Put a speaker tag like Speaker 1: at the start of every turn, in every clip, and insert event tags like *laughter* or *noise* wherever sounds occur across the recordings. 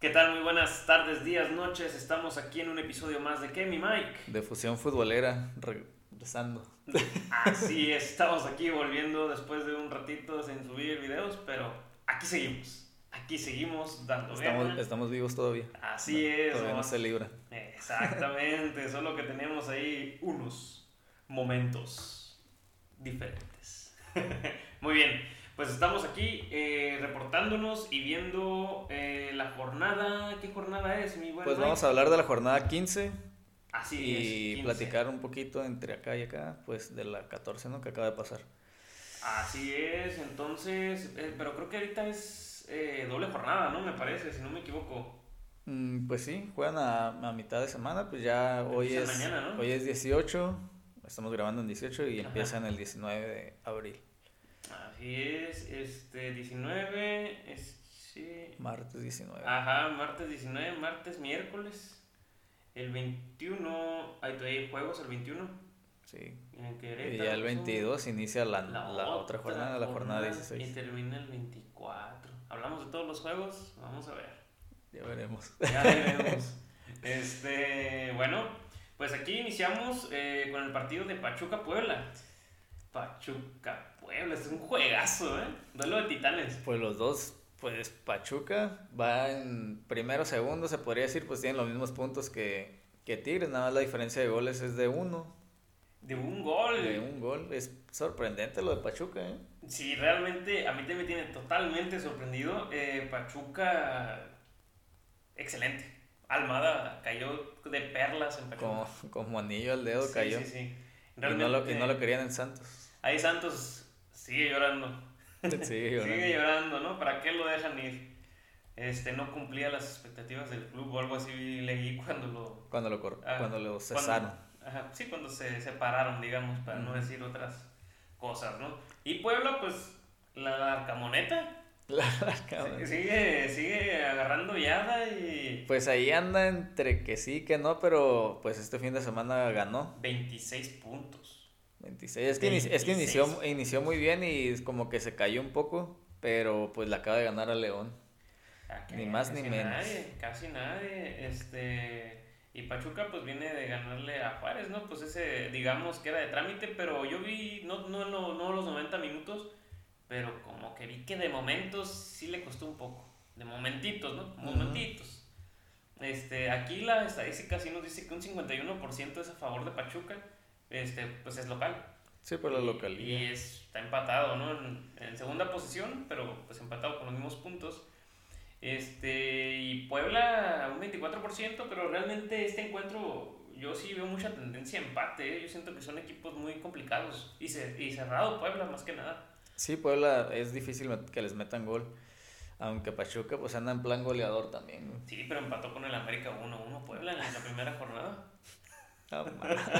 Speaker 1: ¿Qué tal? Muy buenas tardes, días, noches. Estamos aquí en un episodio más de ¿Qué, mi Mike?
Speaker 2: De fusión futbolera, regresando.
Speaker 1: Así es, estamos aquí volviendo después de un ratito sin subir videos, pero aquí seguimos. Aquí seguimos dando
Speaker 2: Estamos,
Speaker 1: guerra.
Speaker 2: estamos vivos todavía.
Speaker 1: Así
Speaker 2: No,
Speaker 1: es.
Speaker 2: Todavía no
Speaker 1: nomás-
Speaker 2: se libra.
Speaker 1: Exactamente, solo que tenemos ahí unos momentos diferentes. *laughs* Muy bien, pues estamos aquí eh, reportándonos y viendo eh, la jornada. ¿Qué jornada es, mi buen
Speaker 2: Pues
Speaker 1: Mike?
Speaker 2: vamos a hablar de la jornada 15
Speaker 1: Así es,
Speaker 2: y
Speaker 1: 15.
Speaker 2: platicar un poquito entre acá y acá, pues de la 14, ¿no? Que acaba de pasar.
Speaker 1: Así es, entonces, eh, pero creo que ahorita es eh, doble jornada, ¿no? Me parece, si no me equivoco.
Speaker 2: Mm, pues sí, juegan a, a mitad de semana, pues ya hoy
Speaker 1: Empieza
Speaker 2: es,
Speaker 1: mañana, ¿no?
Speaker 2: hoy es 18, estamos grabando en 18 y
Speaker 1: Ajá.
Speaker 2: empiezan el 19 de abril,
Speaker 1: Así es, este 19, es, sí,
Speaker 2: martes 19.
Speaker 1: Ajá, martes 19, martes, miércoles. El 21, ahí todavía hay juegos el 21.
Speaker 2: Sí.
Speaker 1: En
Speaker 2: Y
Speaker 1: Querétaro,
Speaker 2: ya el 22 inicia la,
Speaker 1: la,
Speaker 2: la otra jornada, la jornada
Speaker 1: Y
Speaker 2: 16.
Speaker 1: termina el 24. Hablamos de todos los juegos, vamos a ver.
Speaker 2: Ya veremos.
Speaker 1: Ya veremos. este, bueno, pues aquí iniciamos eh, con el partido de Pachuca Puebla. Pachuca Puebla, es un juegazo, ¿eh? Duelo de titanes.
Speaker 2: Pues los dos, pues Pachuca va en primero, segundo, se podría decir, pues tienen los mismos puntos que, que Tigres, nada más la diferencia de goles es de uno,
Speaker 1: De un gol.
Speaker 2: de un gol. Es sorprendente lo de Pachuca, ¿eh?
Speaker 1: Sí, realmente a mí también me tiene totalmente sorprendido. Eh, Pachuca, excelente. Almada cayó de perlas en
Speaker 2: Como,
Speaker 1: Pachuca.
Speaker 2: como anillo al dedo
Speaker 1: Sí,
Speaker 2: cayó.
Speaker 1: Sí, sí.
Speaker 2: Y, no lo,
Speaker 1: Realmente,
Speaker 2: y no lo querían
Speaker 1: *laughs*
Speaker 2: en Santos.
Speaker 1: ahí Santos sigue llorando.
Speaker 2: Sí,
Speaker 1: Sigue
Speaker 2: llorando.
Speaker 1: llorando, ¿no? ¿Para qué lo dejan ir? Este, no cumplía las expectativas del club o algo así leí cuando lo...
Speaker 2: cuando lo cor-
Speaker 1: ah,
Speaker 2: cuando lo cesaron.
Speaker 1: ajá, sí, cuando se separaron, digamos, para no
Speaker 2: Ujú.
Speaker 1: decir otras cosas, ¿no? Y Puebla, pues, la arcamoneta,
Speaker 2: La
Speaker 1: *laughs*
Speaker 2: cámara.
Speaker 1: Sí, Sigue, sigue agarrando yada y
Speaker 2: Pues ahí anda entre que sí, que no, pero pues este fin de semana ganó.
Speaker 1: 26 puntos.
Speaker 2: 26. Es que, ini- es que
Speaker 1: 26.
Speaker 2: inició, inició muy bien y como que se cayó un poco, pero pues la acaba de ganar a León.
Speaker 1: Acá
Speaker 2: Ni más ni
Speaker 1: Ah, casi
Speaker 2: menos.
Speaker 1: nadie, casi nadie. Este, y Pachuca pues viene de ganarle a Juárez, ¿no? Pues ese, digamos que era de trámite, pero yo vi, no, no, no, no los 90 minutos, pero como que vi que de momentos sí le costó un poco. De momentitos, ¿no? Momentitos. Este, aquí la estadística sí nos dice que un 51% es a favor de Pachuca. Este, pues es local.
Speaker 2: Sí, por la
Speaker 1: Y-
Speaker 2: localidad.
Speaker 1: Y es- está empatado, ¿no? En, en segunda posición, pero pues empatado con los mismos puntos. Este, y Puebla un 24%, pero realmente este encuentro yo sí veo mucha tendencia a empate. ¿eh? Yo siento que son equipos muy complicados y, cer- y cerrado Puebla más que nada.
Speaker 2: Sí, Puebla es difícil met- que les metan gol. Aunque Pachuca pues anda en plan goleador también. güey.
Speaker 1: Sí, pero empató con el América 1-1 Puebla en la primera jornada.
Speaker 2: *laughs* Ah,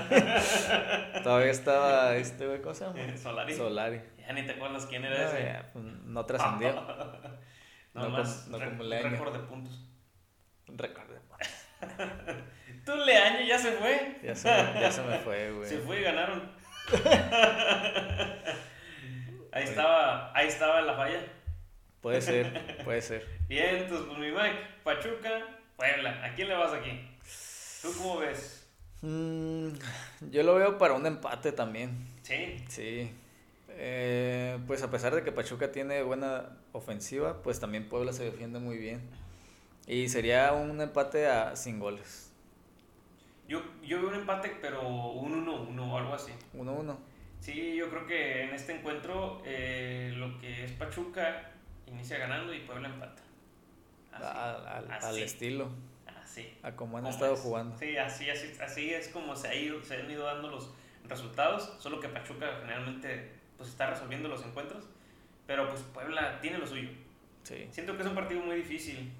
Speaker 1: *laughs*
Speaker 2: ma- Todavía estaba este güey, ¿cómo se llama?
Speaker 1: Solari.
Speaker 2: Solari.
Speaker 1: Ya ni te acuerdas quién
Speaker 2: No,
Speaker 1: era ese.
Speaker 2: ya, pues, no
Speaker 1: *laughs*
Speaker 2: trascendió.
Speaker 1: No,
Speaker 2: No
Speaker 1: más
Speaker 2: com- no
Speaker 1: re-
Speaker 2: como Leaño.
Speaker 1: récord de puntos.
Speaker 2: Recordé.
Speaker 1: Tú Leaño ya se fue.
Speaker 2: Ya se, me- ya se me fue,
Speaker 1: Se
Speaker 2: güey.
Speaker 1: fue y ganaron. ahí estaba, ahí estaba la falla.
Speaker 2: Puede ser, puede ser.
Speaker 1: Bien, entonces pues mi Mike, Pachuca, Puebla. ¿A quién le vas aquí? ¿Tú cómo ves?
Speaker 2: Mm, yo lo veo para un empate también.
Speaker 1: Sí.
Speaker 2: Sí. Eh, pues a pesar de que Pachuca tiene buena ofensiva, pues también Puebla se defiende muy bien. Y sería un empate a, sin goles.
Speaker 1: Yo, yo veo un empate, pero un 1-1 o algo así.
Speaker 2: 1-1.
Speaker 1: Sí, yo creo que en este encuentro eh, lo que es Pachuca inicia ganando y Puebla empata. Así.
Speaker 2: Al, al- al
Speaker 1: Así.
Speaker 2: estilo,
Speaker 1: así.
Speaker 2: a como han
Speaker 1: ¿Cómo
Speaker 2: estado
Speaker 1: Ah, es?
Speaker 2: jugando.
Speaker 1: Sí, así, así, así es como se, ha ido- se han ido dando los resultados, solo que Pachuca generalmente pues está resolviendo los encuentros, pero pues Puebla tiene lo suyo.
Speaker 2: Sí.
Speaker 1: Siento que es un partido muy difícil,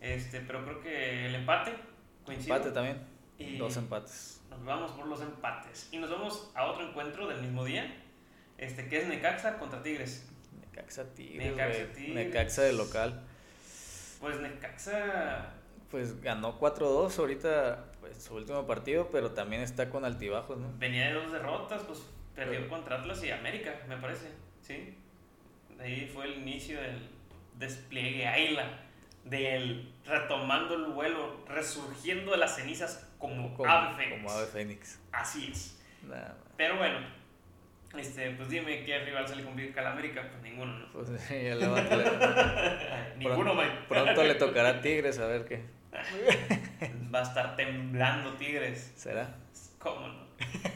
Speaker 1: este, pero creo que el empate coincide.
Speaker 2: Empate también.
Speaker 1: Y-
Speaker 2: Dos empates.
Speaker 1: Nos vamos por los empates y nos vamos a otro encuentro del mismo día, este que es Necaxa contra Tigres.
Speaker 2: Necaxa Tigres,
Speaker 1: Necaxa
Speaker 2: güey.
Speaker 1: Tigres.
Speaker 2: Necaxa de local.
Speaker 1: Pues Necaxa
Speaker 2: Pues ganó 4-2 ahorita pues, su último partido, pero también está con altibajos, ¿no?
Speaker 1: Venía de dos derrotas, pues perdió
Speaker 2: Pero-
Speaker 1: contra Atlas y América, me parece, ¿sí? Ahí fue el inicio del despliegue Águila del retomando el vuelo, resurgiendo de las cenizas como,
Speaker 2: Como,
Speaker 1: ave fénix.
Speaker 2: como Ave Fénix.
Speaker 1: Así es.
Speaker 2: Nada más.
Speaker 1: Pero bueno, este, pues dime qué rival se le complica a la América. Pues ninguno, ¿no? *laughs*
Speaker 2: Pues, *laughs* ya le va a tocar.
Speaker 1: ninguno, man.
Speaker 2: Pronto le tocará a Tigres, a ver qué
Speaker 1: Va a estar temblando Tigres.
Speaker 2: será.
Speaker 1: ¿Cómo no?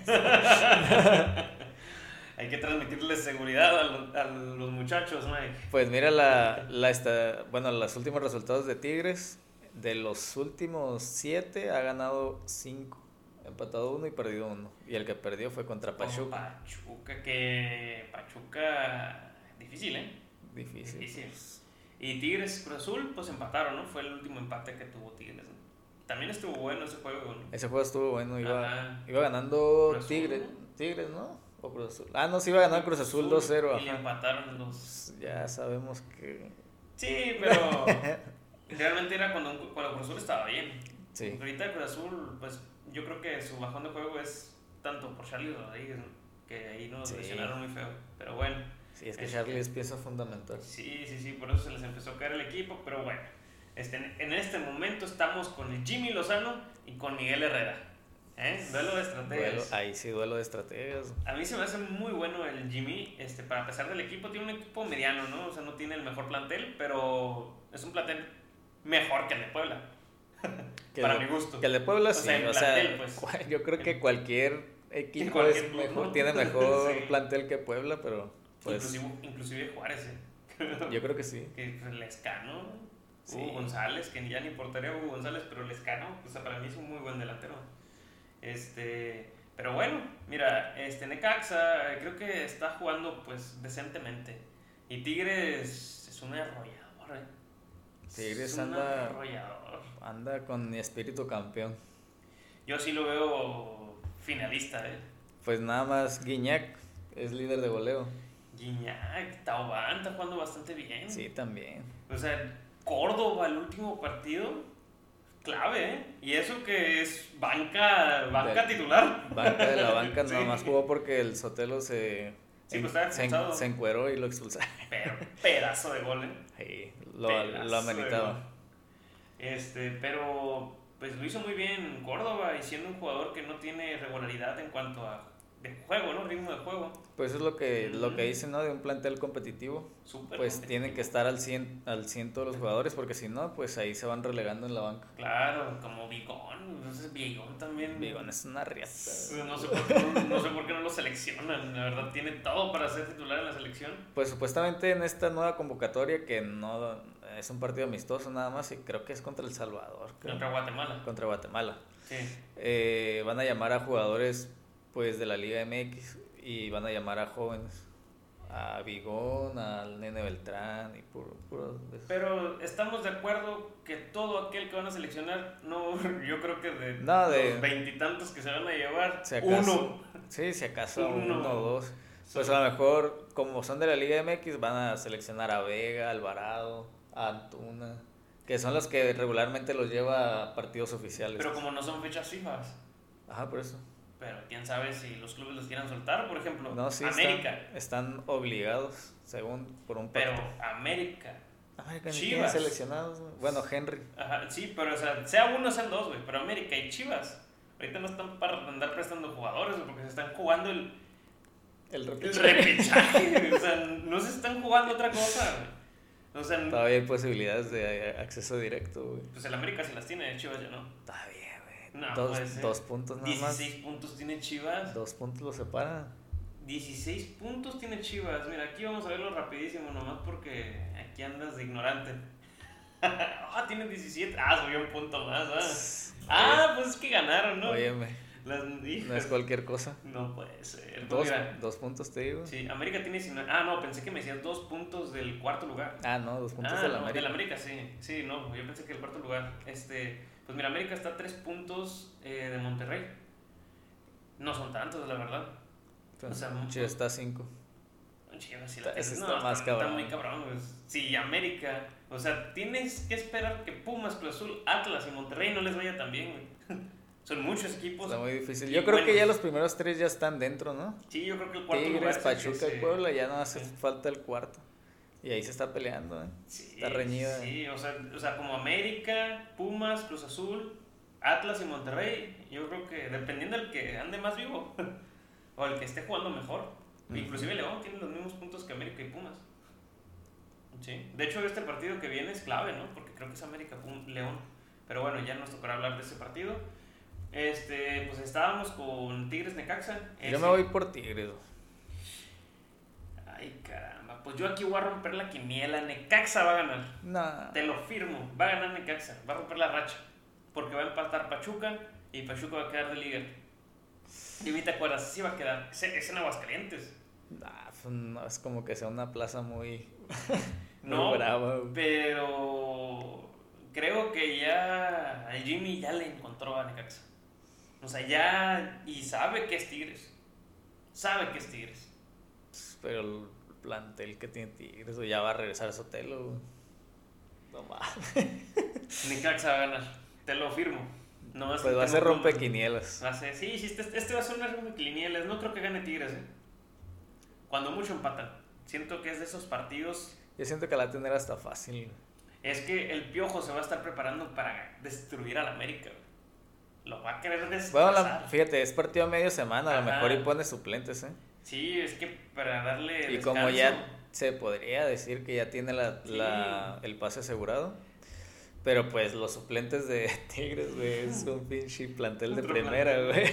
Speaker 1: *laughs* Hay que transmitirle seguridad a los, a los muchachos, Mike.
Speaker 2: Pues mira, la, la esta- bueno, los últimos resultados de Tigres, de los últimos siete, ha ganado cinco, empatado uno y perdido uno. Y el que perdió fue contra
Speaker 1: Con
Speaker 2: Pachuca.
Speaker 1: Pachuca, que Pachuca difícil, ¿eh?
Speaker 2: Difícil.
Speaker 1: Difícil. Y Tigres Cruz Azul, pues empataron, ¿no? Fue el último empate que tuvo Tigres. ¿no? También estuvo bueno ese juego, ¿no?
Speaker 2: Ese juego estuvo bueno, iba,
Speaker 1: Ajá.
Speaker 2: iba ganando
Speaker 1: Cruz Azul,
Speaker 2: Tigres, Tigres, ¿no? O Cruz Azul. Ah, no, sí iba a ganar Cruz Azul 2-0.
Speaker 1: Y le
Speaker 2: ajá.
Speaker 1: empataron los.
Speaker 2: Pues Ya sabemos que...
Speaker 1: Sí,
Speaker 2: *laughs*
Speaker 1: pero realmente era cuando, cuando Cruz Azul estaba bien.
Speaker 2: Sí,
Speaker 1: Ahorita Cruz Azul, pues yo creo que su bajón de juego es tanto por Charlie Rodríguez, ¿no? que ahí nos
Speaker 2: Sí.
Speaker 1: lesionaron muy feo. Pero bueno.
Speaker 2: sí, es que
Speaker 1: Es
Speaker 2: Charlie
Speaker 1: que-
Speaker 2: es pieza fundamental.
Speaker 1: Sí, sí, sí, por eso se les empezó a caer el equipo, pero bueno, este, en este momento estamos con el Jimmy Lozano y con Miguel Herrera. ¿eh? Duelo de
Speaker 2: Duelo-
Speaker 1: estrategias.
Speaker 2: ahí sí, duelo de estrategas.
Speaker 1: A mí se me hace muy bueno el Jimmy, este, para pesar del equipo, tiene un equipo mediano, ¿no? O sea, no tiene el mejor plantel, pero es un plantel mejor que el de Puebla,
Speaker 2: Que
Speaker 1: para
Speaker 2: lo-
Speaker 1: mi gusto.
Speaker 2: Que el de Puebla
Speaker 1: O
Speaker 2: sí,
Speaker 1: sea, en
Speaker 2: o sea,
Speaker 1: plantel, pues.
Speaker 2: cual- *laughs* yo creo que cualquier equipo
Speaker 1: cualquier
Speaker 2: es
Speaker 1: club,
Speaker 2: mejor,
Speaker 1: ¿no?
Speaker 2: tiene mejor
Speaker 1: *laughs* Sí.
Speaker 2: plantel que Puebla, pero pues
Speaker 1: inclusive, inclusive Juárez, ¿eh?
Speaker 2: yo creo que sí.
Speaker 1: que pues, Lescano,
Speaker 2: Sí.
Speaker 1: Hugo González, que ya ni portería Hugo González, pero Lescano, o sea, para mí es un muy buen delantero. Este, pero bueno, mira, este Necaxa eh, creo que está jugando pues decentemente. Y Tigres es un arrollador, ¿eh?
Speaker 2: Tigres
Speaker 1: es un
Speaker 2: anda-
Speaker 1: arrollador.
Speaker 2: Anda con espíritu campeón.
Speaker 1: Yo sí lo veo finalista, ¿eh?
Speaker 2: Pues nada más Guiñac es líder de goleo.
Speaker 1: Guiñac, Taubán está jugando bastante bien.
Speaker 2: Sí, también.
Speaker 1: O sea, Córdoba, el último partido, clave, ¿eh? Y eso que es banca, banca
Speaker 2: Del-
Speaker 1: titular. *laughs*
Speaker 2: Banca de la banca
Speaker 1: Sí.
Speaker 2: nada más jugó porque el Sotelo se,
Speaker 1: Sí, pues,
Speaker 2: en-
Speaker 1: estaba
Speaker 2: se, en-
Speaker 1: expulsado.
Speaker 2: se encueró y lo expulsaron. *laughs*
Speaker 1: Pero pedazo de gol, ¿eh?
Speaker 2: Sí, lo,
Speaker 1: Pedazo
Speaker 2: lo
Speaker 1: de gol.
Speaker 2: ameritaba.
Speaker 1: Este, pero pues lo hizo muy bien Córdoba y siendo un jugador que no tiene regularidad en cuanto a de juego, ¿no? Ritmo de juego.
Speaker 2: Pues es lo que, lo que
Speaker 1: Ujú.
Speaker 2: dicen, ¿no? De un plantel competitivo.
Speaker 1: Súper.
Speaker 2: pues
Speaker 1: competitivo.
Speaker 2: tienen que estar al 100, al 100 todos los jugadores, porque si no, pues ahí se van relegando en la banca.
Speaker 1: Claro, como Bigón. Entonces Bigón también.
Speaker 2: Bigón es una riata.
Speaker 1: No sé, por qué no, no sé por qué no lo seleccionan. La verdad, tiene todo para ser titular en la selección.
Speaker 2: Pues supuestamente en esta nueva convocatoria, que no es un partido amistoso nada más, y creo que es contra El Salvador, creo,
Speaker 1: Contra Guatemala.
Speaker 2: contra Guatemala,
Speaker 1: Sí.
Speaker 2: eh, van a llamar a jugadores pues de la Liga MX y van a llamar a jóvenes. A Bigón, al Nene Beltrán y puro, puro de esos.
Speaker 1: Pero estamos de acuerdo que todo aquel que van a seleccionar, no, *laughs* yo creo que de
Speaker 2: No, de-
Speaker 1: los veintitantos que se van a llevar,
Speaker 2: Si acaso.
Speaker 1: uno.
Speaker 2: Sí, si acaso
Speaker 1: Uno.
Speaker 2: uno, o dos. Pues a lo mejor, como son de la Liga MX, van a seleccionar a Vega, Alvarado, a Antuna, que son los que regularmente los lleva a partidos oficiales.
Speaker 1: Pero como no son fechas fijas,
Speaker 2: Ajá, por eso.
Speaker 1: pero quién sabe si los clubes los quieran soltar, por ejemplo,
Speaker 2: No, sí,
Speaker 1: América.
Speaker 2: Están, están obligados, según por un
Speaker 1: Pero
Speaker 2: pacto.
Speaker 1: América.
Speaker 2: América ni
Speaker 1: Chivas.
Speaker 2: tiene seleccionados. güey. Bueno, Henry.
Speaker 1: Ajá, sí, pero o sea, sea uno, sean dos, güey. Pero América y Chivas. Ahorita no están para andar prestando jugadores, güey, porque se están jugando el,
Speaker 2: El
Speaker 1: el
Speaker 2: repechaje.
Speaker 1: repechaje. güey. o sea, no se están jugando otra cosa, güey. O sea,
Speaker 2: Todavía hay posibilidades de eh, acceso directo, güey.
Speaker 1: pues el América se las tiene, el Chivas ya no.
Speaker 2: Está bien, güey.
Speaker 1: No,
Speaker 2: dos,
Speaker 1: puede ser.
Speaker 2: dos puntos nada
Speaker 1: 16 puntos tiene Chivas.
Speaker 2: más. Dos puntos los separan.
Speaker 1: 16 puntos tiene Chivas. Mira, aquí vamos a verlo rapidísimo nomás porque aquí andas de ignorante. *laughs* Ah, tiene 17. Ah, subió un punto más. Ah, Ah, pues es que ganaron, ¿no?
Speaker 2: Óyeme,
Speaker 1: Las
Speaker 2: no es cualquier cosa.
Speaker 1: No puede ser. Pues
Speaker 2: Dos,
Speaker 1: Mira,
Speaker 2: dos puntos te digo.
Speaker 1: sí, América tiene 19. Ah, no, pensé que me decías dos puntos del cuarto lugar.
Speaker 2: Ah, no, dos puntos
Speaker 1: ah,
Speaker 2: del
Speaker 1: no,
Speaker 2: América.
Speaker 1: del América, sí. Sí, no, yo pensé que el cuarto lugar. Este, pues mira, América está a tres puntos eh, de Monterrey. No son tantos, la verdad.
Speaker 2: Entonces,
Speaker 1: O sea,
Speaker 2: Chivas está a cinco.
Speaker 1: Chivas sí la
Speaker 2: Ese
Speaker 1: tiene-
Speaker 2: está más cabrón.
Speaker 1: muy cabrón. güey. Sí, América. O sea, tienes que esperar que Pumas, Cruz Azul, Atlas y Monterrey no les vaya tan bien, güey. *laughs* Son muchos equipos.
Speaker 2: Está muy difícil.
Speaker 1: y
Speaker 2: Yo creo que
Speaker 1: bueno.
Speaker 2: ya los primeros tres ya están dentro, ¿no?
Speaker 1: Sí, yo creo que el cuarto
Speaker 2: Tigres,
Speaker 1: lugar es el que
Speaker 2: Pachuca y
Speaker 1: se-
Speaker 2: Puebla, ya no hace
Speaker 1: sí.
Speaker 2: falta el cuarto. Y ahí se está peleando, ¿eh?
Speaker 1: Sí,
Speaker 2: Está eh. reñida.
Speaker 1: Sí, o sea, o sea, como América, Pumas, Cruz Azul, Atlas y Monterrey, yo creo que dependiendo del que ande más vivo *laughs* o el que esté jugando mejor,
Speaker 2: Ujú.
Speaker 1: inclusive León tiene los mismos puntos que América y Pumas. Sí. De hecho, este partido que viene es clave, ¿no? Porque creo que es América Pum- León. Pero bueno, ya nos tocará hablar de ese partido. Este, pues estábamos con Tigres Necaxa.
Speaker 2: Yo
Speaker 1: Ese-
Speaker 2: me voy por Tigres. güey.
Speaker 1: Ay, caramba. Pues yo aquí voy a romper la quiniela. Necaxa va a ganar.
Speaker 2: Nah.
Speaker 1: Te lo firmo, va a ganar Necaxa, va a romper la racha, porque va a empatar Pachuca y Pachuca va a quedar de líder. Y ahorita acuerdas, sí va a quedar, es, es en Aguascalientes.
Speaker 2: Nah, pues, no, es como que sea una
Speaker 1: *laughs*
Speaker 2: plaza muy, muy
Speaker 1: No,
Speaker 2: brava. güey.
Speaker 1: pero creo que ya al Jimmy ya le encontró a Necaxa. O sea, ya, y sabe que es Tigres, sabe que es Tigres.
Speaker 2: Pero el plantel que tiene Tigres, güey, ya va a regresar a Sotelo. güey. No mames.
Speaker 1: Necaxa va a ganar, te lo firmo. No, es
Speaker 2: Pues
Speaker 1: que
Speaker 2: va a ser
Speaker 1: tengo dudas.
Speaker 2: rompequinielas.
Speaker 1: Va a ser- sí, sí, este, este va a ser una rompequinielas. No creo que gane Tigres, ¿eh? Cuando mucho empatan. Siento que es de esos partidos.
Speaker 2: Yo siento que la va a tener hasta fácil. güey.
Speaker 1: Es que el piojo se va a estar preparando para destruir al América. güey. Lo va a querer
Speaker 2: Bueno,
Speaker 1: destrozar.
Speaker 2: la- fíjate, es partido a media semana, a lo
Speaker 1: Ajá.
Speaker 2: mejor y pone suplentes, ¿eh?
Speaker 1: Sí, es que para darle.
Speaker 2: Y como
Speaker 1: descanso,
Speaker 2: ya se podría decir que ya tiene la, la- el pase asegurado, pero pues los suplentes de *laughs* Tigres, güey, es un pinche plantel de
Speaker 1: Otro
Speaker 2: primera, güey.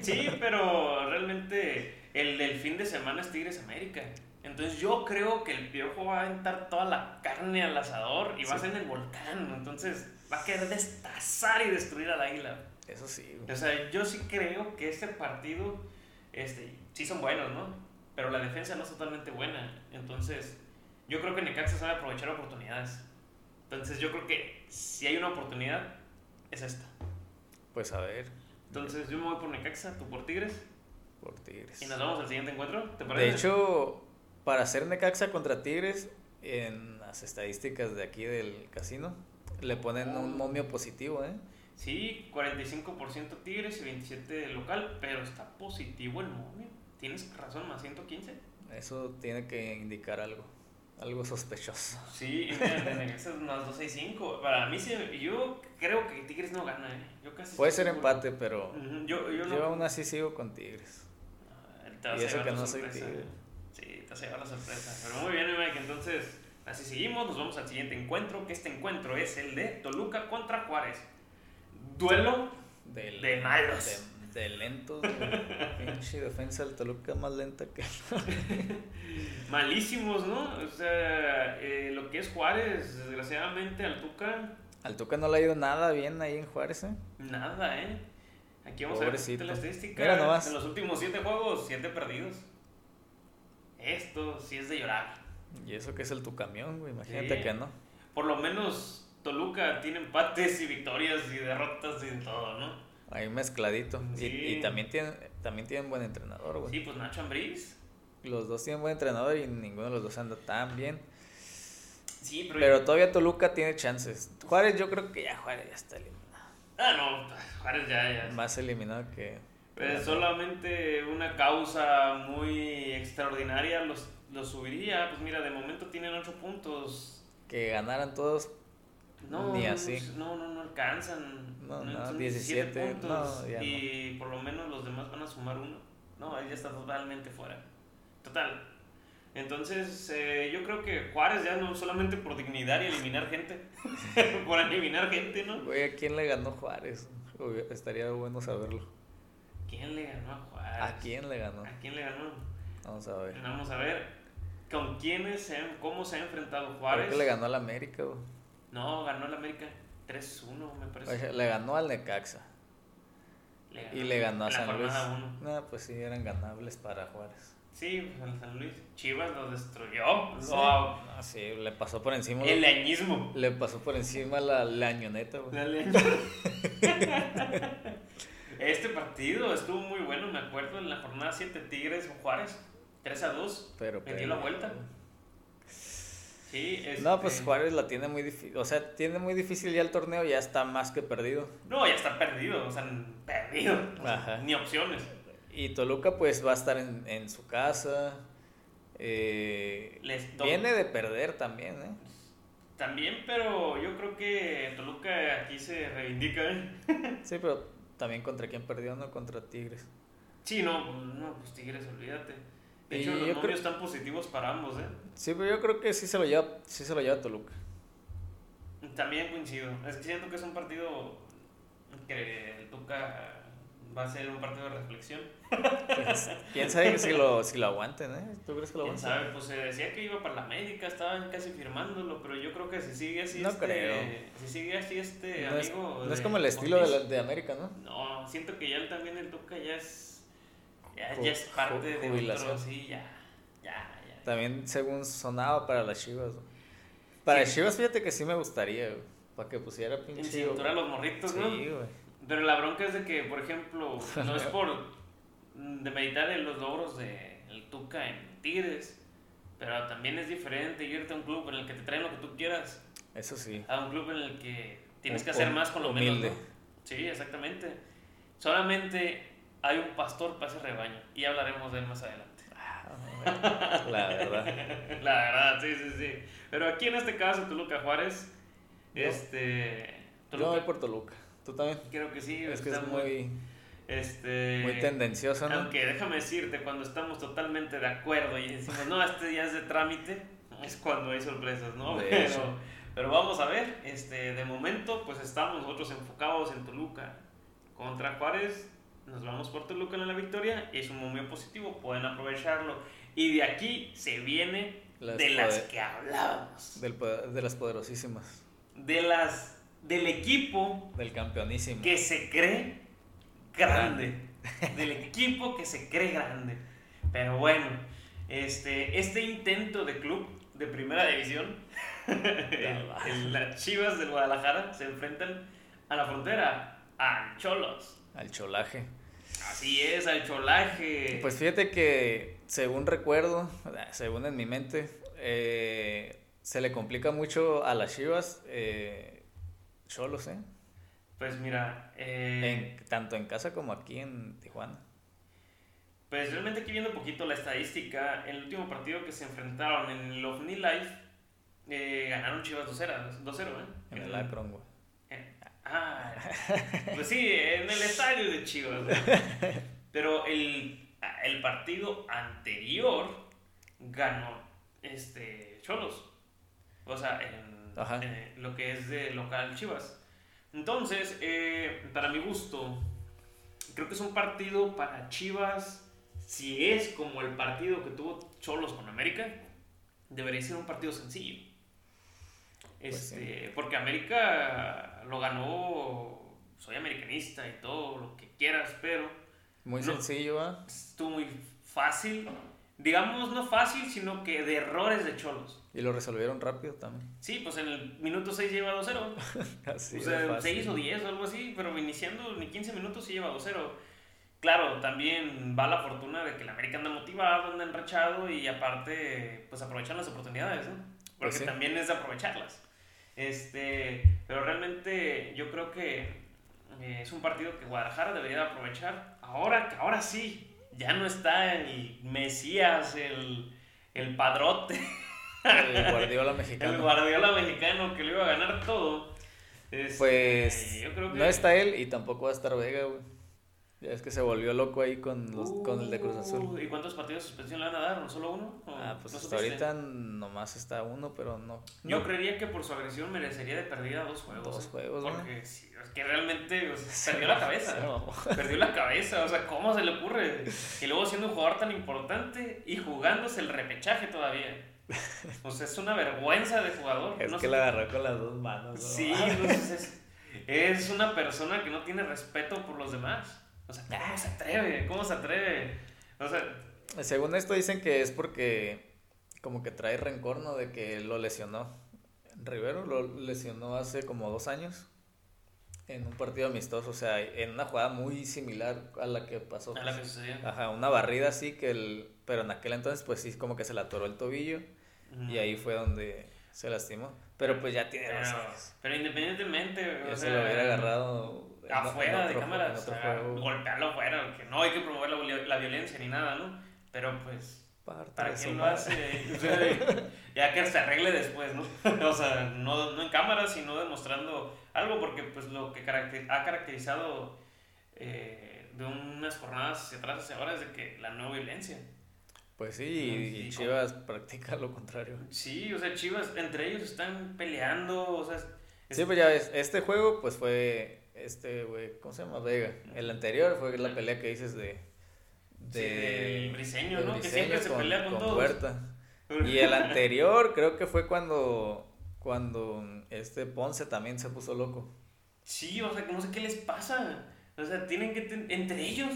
Speaker 1: Sí, pero realmente el del fin de semana es Tigres América. Entonces yo creo que el piojo va a aventar toda la carne al asador y va a
Speaker 2: Sí.
Speaker 1: ser en el volcán. Entonces va a querer destazar y destruir al águila.
Speaker 2: Eso sí,
Speaker 1: O
Speaker 2: güey.
Speaker 1: sea, yo sí creo que este partido, este, sí son buenos, ¿no? Pero la defensa no es totalmente buena. Entonces, yo creo que Necaxa sabe aprovechar oportunidades. Entonces, yo creo que si hay una oportunidad, es esta.
Speaker 2: pues a ver,
Speaker 1: Entonces, yo me voy por Necaxa, tú por Tigres.
Speaker 2: por Tigres.
Speaker 1: Y nos vamos al siguiente encuentro, ¿te parece?
Speaker 2: De hecho, para hacer Necaxa contra Tigres, en las estadísticas de aquí del casino, le ponen
Speaker 1: Oh.
Speaker 2: un momio positivo, ¿eh?
Speaker 1: Sí, 45% Tigres y 27% local, pero está positivo el momio. Tienes razón, más 115.
Speaker 2: Eso tiene que indicar algo, algo sospechoso.
Speaker 1: Sí, y mira, el Necaxa es más 265. Para mí, sí, yo creo que Tigres no gana, ¿eh? Yo casi
Speaker 2: Puede
Speaker 1: estoy
Speaker 2: ser
Speaker 1: seguro.
Speaker 2: empate, pero
Speaker 1: Ujú, Yo, yo no. Ah,
Speaker 2: yo aún así sigo con Tigres.
Speaker 1: Te vas
Speaker 2: y
Speaker 1: a
Speaker 2: eso
Speaker 1: llevar
Speaker 2: que
Speaker 1: la
Speaker 2: no soy
Speaker 1: sorpresa.
Speaker 2: tigre.
Speaker 1: Sí, te vas a llevar la sorpresa. Pero muy bien, Mike. Entonces, así seguimos. Nos vamos al siguiente encuentro. Que este encuentro es el de Toluca contra Juárez. Duelo.
Speaker 2: Del-
Speaker 1: De malos.
Speaker 2: De, de lentos, güey. pinche defensa del Toluca más lenta que...
Speaker 1: Malísimos, ¿no? O sea, eh, lo que es Juárez, desgraciadamente, al Tuca,
Speaker 2: *laughs* Al Tuca no le ha ido nada bien ahí en Juárez, ¿eh?
Speaker 1: Nada, ¿eh? Aquí vamos
Speaker 2: Pobrecito.
Speaker 1: a ver la estadística.
Speaker 2: Mira nomás.
Speaker 1: En los últimos 7 juegos, 7 perdidos. Esto sí es de llorar.
Speaker 2: Y eso que es el tu camión, güey, imagínate
Speaker 1: Sí.
Speaker 2: que no.
Speaker 1: Por lo menos Toluca tiene empates y victorias y derrotas y todo, ¿no?
Speaker 2: Ahí mezcladito. Y-
Speaker 1: Sí.
Speaker 2: Y, también tienen, también tienen buen entrenador, güey.
Speaker 1: Sí, pues Nacho Ambriz.
Speaker 2: Los dos tienen buen entrenador y ninguno de los dos anda tan bien.
Speaker 1: Sí, pero...
Speaker 2: Pero todavía Toluca tiene chances. Juárez yo creo que ya Juárez ya está eliminado.
Speaker 1: Ah, no, Juárez ya, ya.
Speaker 2: Más eliminado que...
Speaker 1: Pues solamente una causa muy extraordinaria los, los subiría. Pues mira, de momento tienen 8 puntos.
Speaker 2: Que ganaran todos.
Speaker 1: No,
Speaker 2: Ni
Speaker 1: no, pues,
Speaker 2: así.
Speaker 1: No, no, no alcanzan.
Speaker 2: No,
Speaker 1: No,
Speaker 2: no,
Speaker 1: son
Speaker 2: 17,
Speaker 1: 17 puntos.
Speaker 2: no, ya
Speaker 1: y por lo menos los demás van a sumar uno. No, él ya está totalmente fuera. Total. Entonces, eh, yo creo que Juárez ya no solamente por dignidad y eliminar gente. *laughs* por eliminar gente, ¿no?
Speaker 2: Güey, ¿a quién le ganó Juárez? Obvio, estaría bueno saberlo.
Speaker 1: ¿Quién le ganó a Juárez?
Speaker 2: ¿A quién le ganó?
Speaker 1: ¿A quién le ganó?
Speaker 2: Vamos a ver.
Speaker 1: Vamos a ver con quiénes, se han- cómo se ha enfrentado
Speaker 2: Creo
Speaker 1: Juárez.
Speaker 2: que le ganó al América, güey.
Speaker 1: No, ganó el América 3-1, me
Speaker 2: O sea,
Speaker 1: parece.
Speaker 2: Le ganó al Necaxa. Pues, Y le ganó a
Speaker 1: en la
Speaker 2: San Luis.
Speaker 1: jornada uno.
Speaker 2: No, pues sí, eran ganables para Juárez.
Speaker 1: Sí, pues, el San Luis. Chivas lo destruyó.
Speaker 2: Sí.
Speaker 1: Lo-
Speaker 2: No, sí, le pasó por encima.
Speaker 1: Pues El leñismo.
Speaker 2: Le pasó por encima la, la ñoneta, güey.
Speaker 1: La leñ- *laughs* este partido estuvo muy bueno, me acuerdo, en la jornada 7 Tigres Juárez. 3 a 2.
Speaker 2: Pero,
Speaker 1: Le
Speaker 2: pero-
Speaker 1: dio la vuelta. Sí, este-
Speaker 2: No, pues Juárez la tiene muy difícil. O sea, tiene muy difícil ya el torneo, ya está más que perdido.
Speaker 1: No, ya está perdido, o sea, perdido. O sea,
Speaker 2: Ajá.
Speaker 1: Ni opciones.
Speaker 2: Y Toluca, pues va a estar en, en su casa. Eh,
Speaker 1: Les to-
Speaker 2: viene de perder también, ¿eh?
Speaker 1: También, pero yo creo que Toluca aquí se reivindica. ¿eh?
Speaker 2: Sí, pero también contra quién perdió, no contra Tigres.
Speaker 1: Sí, no, no, pues Tigres, olvídate. De
Speaker 2: Y
Speaker 1: hecho, los
Speaker 2: yo
Speaker 1: números
Speaker 2: creo-
Speaker 1: están positivos para ambos, ¿eh?
Speaker 2: Sí, pero yo creo que sí se lo lleva, sí se lo lleva Toluca.
Speaker 1: También coincido. Es que siento que es un partido que el Tuca va a ser un partido de reflexión.
Speaker 2: Pues, ¿Quién sabe si lo, si lo aguanten, eh? ¿Tú crees que lo
Speaker 1: ¿Quién
Speaker 2: aguanten?
Speaker 1: sabe? Pues se decía que iba para la América, estaban casi firmándolo, pero yo creo que si sigue así
Speaker 2: No
Speaker 1: este...
Speaker 2: creo.
Speaker 1: Si sigue así este
Speaker 2: No es,
Speaker 1: amigo...
Speaker 2: no es
Speaker 1: de
Speaker 2: como el estilo de,
Speaker 1: Ortiz,
Speaker 2: la- de América, ¿no?
Speaker 1: No, siento que ya él también el Tuca ya es... Ya,
Speaker 2: Ju-
Speaker 1: ya es parte
Speaker 2: ju-
Speaker 1: de otro,
Speaker 2: jubilación.
Speaker 1: sí, ya. Ya, ya.
Speaker 2: También según sonaba para las Chivas. güey. Para
Speaker 1: Sí.
Speaker 2: Chivas, fíjate que sí me gustaría, güey, Para que pusiera pinche.
Speaker 1: En cintura los morritos,
Speaker 2: Sí,
Speaker 1: ¿no?
Speaker 2: güey.
Speaker 1: Pero la bronca es de que, por
Speaker 2: *laughs*
Speaker 1: ejemplo, no es por mm, de meditar en los logros de el Tuca en Tigres, pero también es diferente irte a un club en el que te traen lo que tú quieras,
Speaker 2: Eso sí.
Speaker 1: a un club en el que tienes que
Speaker 2: Hum-
Speaker 1: hacer más con lo
Speaker 2: humilde.
Speaker 1: menos. ¿no? Sí, exactamente. Solamente hay un pastor para ese rebaño y hablaremos de él más adelante. *laughs*
Speaker 2: Ah, güey, La verdad.
Speaker 1: La verdad, sí, sí, sí. Pero aquí en este caso, Toluca Juárez,
Speaker 2: Yo-
Speaker 1: este.
Speaker 2: Yo me voy
Speaker 1: Toluca,
Speaker 2: por Toluca. Tú también.
Speaker 1: creo que sí.
Speaker 2: Es que
Speaker 1: está
Speaker 2: es muy,
Speaker 1: Este,
Speaker 2: muy tendencioso, ¿no?
Speaker 1: Aunque déjame decirte, cuando estamos totalmente de acuerdo y decimos, no, este ya es de trámite, es cuando hay sorpresas, ¿no?
Speaker 2: De
Speaker 1: Pero,
Speaker 2: hecho.
Speaker 1: pero vamos a ver, este, de momento, pues estamos nosotros enfocados en Toluca contra Juárez. Nos vamos por Toluca en la victoria, es un momento positivo, pueden aprovecharlo. Y de aquí se viene
Speaker 2: Las
Speaker 1: de las
Speaker 2: poder-
Speaker 1: que hablábamos.
Speaker 2: del poder- de las poderosísimas.
Speaker 1: De las del equipo
Speaker 2: Del campeonísimo. *laughs*
Speaker 1: que se cree grande, del equipo que se cree grande. Pero bueno, este, este intento de club de primera división, el- el- *laughs* las Chivas del Guadalajara se enfrentan a la frontera, a Cholos.
Speaker 2: Al cholaje.
Speaker 1: Así es, al cholaje.
Speaker 2: Pues fíjate que, según recuerdo, según en mi mente, eh, se le complica mucho a las Chivas. Eh, Cholos, ¿eh?
Speaker 1: Pues mira, eh,
Speaker 2: En- tanto en casa como aquí en Tijuana.
Speaker 1: pues realmente aquí viendo un poquito la estadística, el último partido que se enfrentaron en el OVNI Life, eh, ganaron Chivas 2-0, 2-0, ¿eh?
Speaker 2: En el Akron, güey.
Speaker 1: Ah, pues sí, en el estadio de Chivas. güey. Pero el, el partido anterior ganó este Cholos. O sea, en,
Speaker 2: Ajá.
Speaker 1: en lo que es de local Chivas. Entonces, eh, para mi gusto, creo que es un partido para Chivas. Si es como el partido que tuvo Cholos con América, debería ser un partido sencillo.
Speaker 2: Pues sí.
Speaker 1: Este, Porque América lo ganó, soy americanista y todo lo que quieras, pero
Speaker 2: Muy
Speaker 1: No.
Speaker 2: sencillo, ¿ah?
Speaker 1: estuvo muy fácil. Digamos, no fácil, sino que de errores de Cholos.
Speaker 2: Y lo resolvieron rápido también.
Speaker 1: Sí, pues en el minuto 6 lleva 2-0.
Speaker 2: Así
Speaker 1: o
Speaker 2: de
Speaker 1: sea,
Speaker 2: fácil.
Speaker 1: 6 o 10 o algo así, pero iniciando ni 15 minutos se lleva 2-0. Claro, también va la fortuna de que el América anda motivado, anda enrachado y aparte, pues aprovechan las oportunidades, ¿no? Porque
Speaker 2: Pues sí.
Speaker 1: también es de aprovecharlas. Este, pero realmente yo creo que eh, es un partido que Guadalajara debería de aprovechar. Ahora que ahora sí, ya no está el Mesías, el, el padrote.
Speaker 2: El Eh,
Speaker 1: *laughs*
Speaker 2: Guardiola
Speaker 1: El
Speaker 2: mexicano.
Speaker 1: Guardiola mexicano que le iba a ganar todo. Este,
Speaker 2: Pues
Speaker 1: yo creo que-
Speaker 2: no está él y tampoco va a estar Vega, güey. Ya es que se volvió loco ahí con, los- con el de Cruz Azul.
Speaker 1: Uh, ¿Y cuántos partidos de suspensión le van a dar? ¿No solo uno? ¿O
Speaker 2: Ah, pues
Speaker 1: no
Speaker 2: hasta
Speaker 1: supiste?
Speaker 2: ahorita nomás está uno, pero no.
Speaker 1: Yo
Speaker 2: no-
Speaker 1: creería que por su agresión merecería de perdida dos juegos.
Speaker 2: Dos
Speaker 1: ¿eh?
Speaker 2: juegos, ¿no?
Speaker 1: Porque sí, es que realmente o sea,
Speaker 2: Se
Speaker 1: perdió la
Speaker 2: mamó, *laughs*
Speaker 1: cabeza.
Speaker 2: se mamó.
Speaker 1: Perdió la cabeza, o sea, ¿cómo se le ocurre? Y luego siendo un jugador tan importante y jugándose el repechaje todavía. O sea, es una vergüenza de jugador.
Speaker 2: Es
Speaker 1: No
Speaker 2: que
Speaker 1: sé
Speaker 2: la agarró con las dos manos. ¿no? *laughs*
Speaker 1: Sí, pues, es, es una persona que no tiene respeto por los demás. O sea, ¿cómo se atreve? ¿Cómo se atreve? O sea,
Speaker 2: Ah, Según esto dicen que es porque como que trae rencor, ¿no? De que lo lesionó. Rivero lo lesionó hace como dos años en un partido amistoso, o sea, en una jugada muy similar a la que pasó.
Speaker 1: a la que sucedió.
Speaker 2: Ajá, una barrida así que el... Pero en aquel entonces pues sí, como que se le atoró el tobillo y ahí fue donde se lastimó. Pero pues ya tiene
Speaker 1: Pero,
Speaker 2: dos años.
Speaker 1: pero independientemente. o
Speaker 2: Ya se
Speaker 1: sea,
Speaker 2: lo hubiera agarrado en-
Speaker 1: Afuera
Speaker 2: en
Speaker 1: de
Speaker 2: otro-
Speaker 1: cámara,
Speaker 2: en
Speaker 1: o
Speaker 2: otro
Speaker 1: sea,
Speaker 2: juego.
Speaker 1: golpearlo afuera, que no hay que promover la, la violencia ni nada, ¿no? Pero pues,
Speaker 2: Parte
Speaker 1: ¿Para
Speaker 2: de
Speaker 1: qué
Speaker 2: su
Speaker 1: lo
Speaker 2: madre. *laughs*
Speaker 1: hace? O sea, ya que se arregle después, ¿no? *laughs* O sea, no, no en cámara, sino demostrando algo, porque pues lo que caracter- ha caracterizado eh, de unas jornadas hacia atrás, hacia ahora, es de que la no violencia.
Speaker 2: Pues sí, y,
Speaker 1: Sí,
Speaker 2: y
Speaker 1: sí,
Speaker 2: Chivas practica lo contrario.
Speaker 1: Sí, o sea, Chivas, entre ellos están peleando, o sea, Es-
Speaker 2: Sí, pues ya ves, este juego pues fue este güey, ¿cómo se llama? Vega. El anterior fue la pelea que dices de
Speaker 1: sí, del briseño,
Speaker 2: del
Speaker 1: ¿no? que siempre
Speaker 2: Briseño
Speaker 1: se
Speaker 2: con-
Speaker 1: pelea con,
Speaker 2: con
Speaker 1: todos.
Speaker 2: Huerta. Y el anterior creo que fue cuando cuando este Ponce también se puso loco.
Speaker 1: Sí, o sea, que no sé qué les pasa. O sea, tienen que, ten- entre ellos,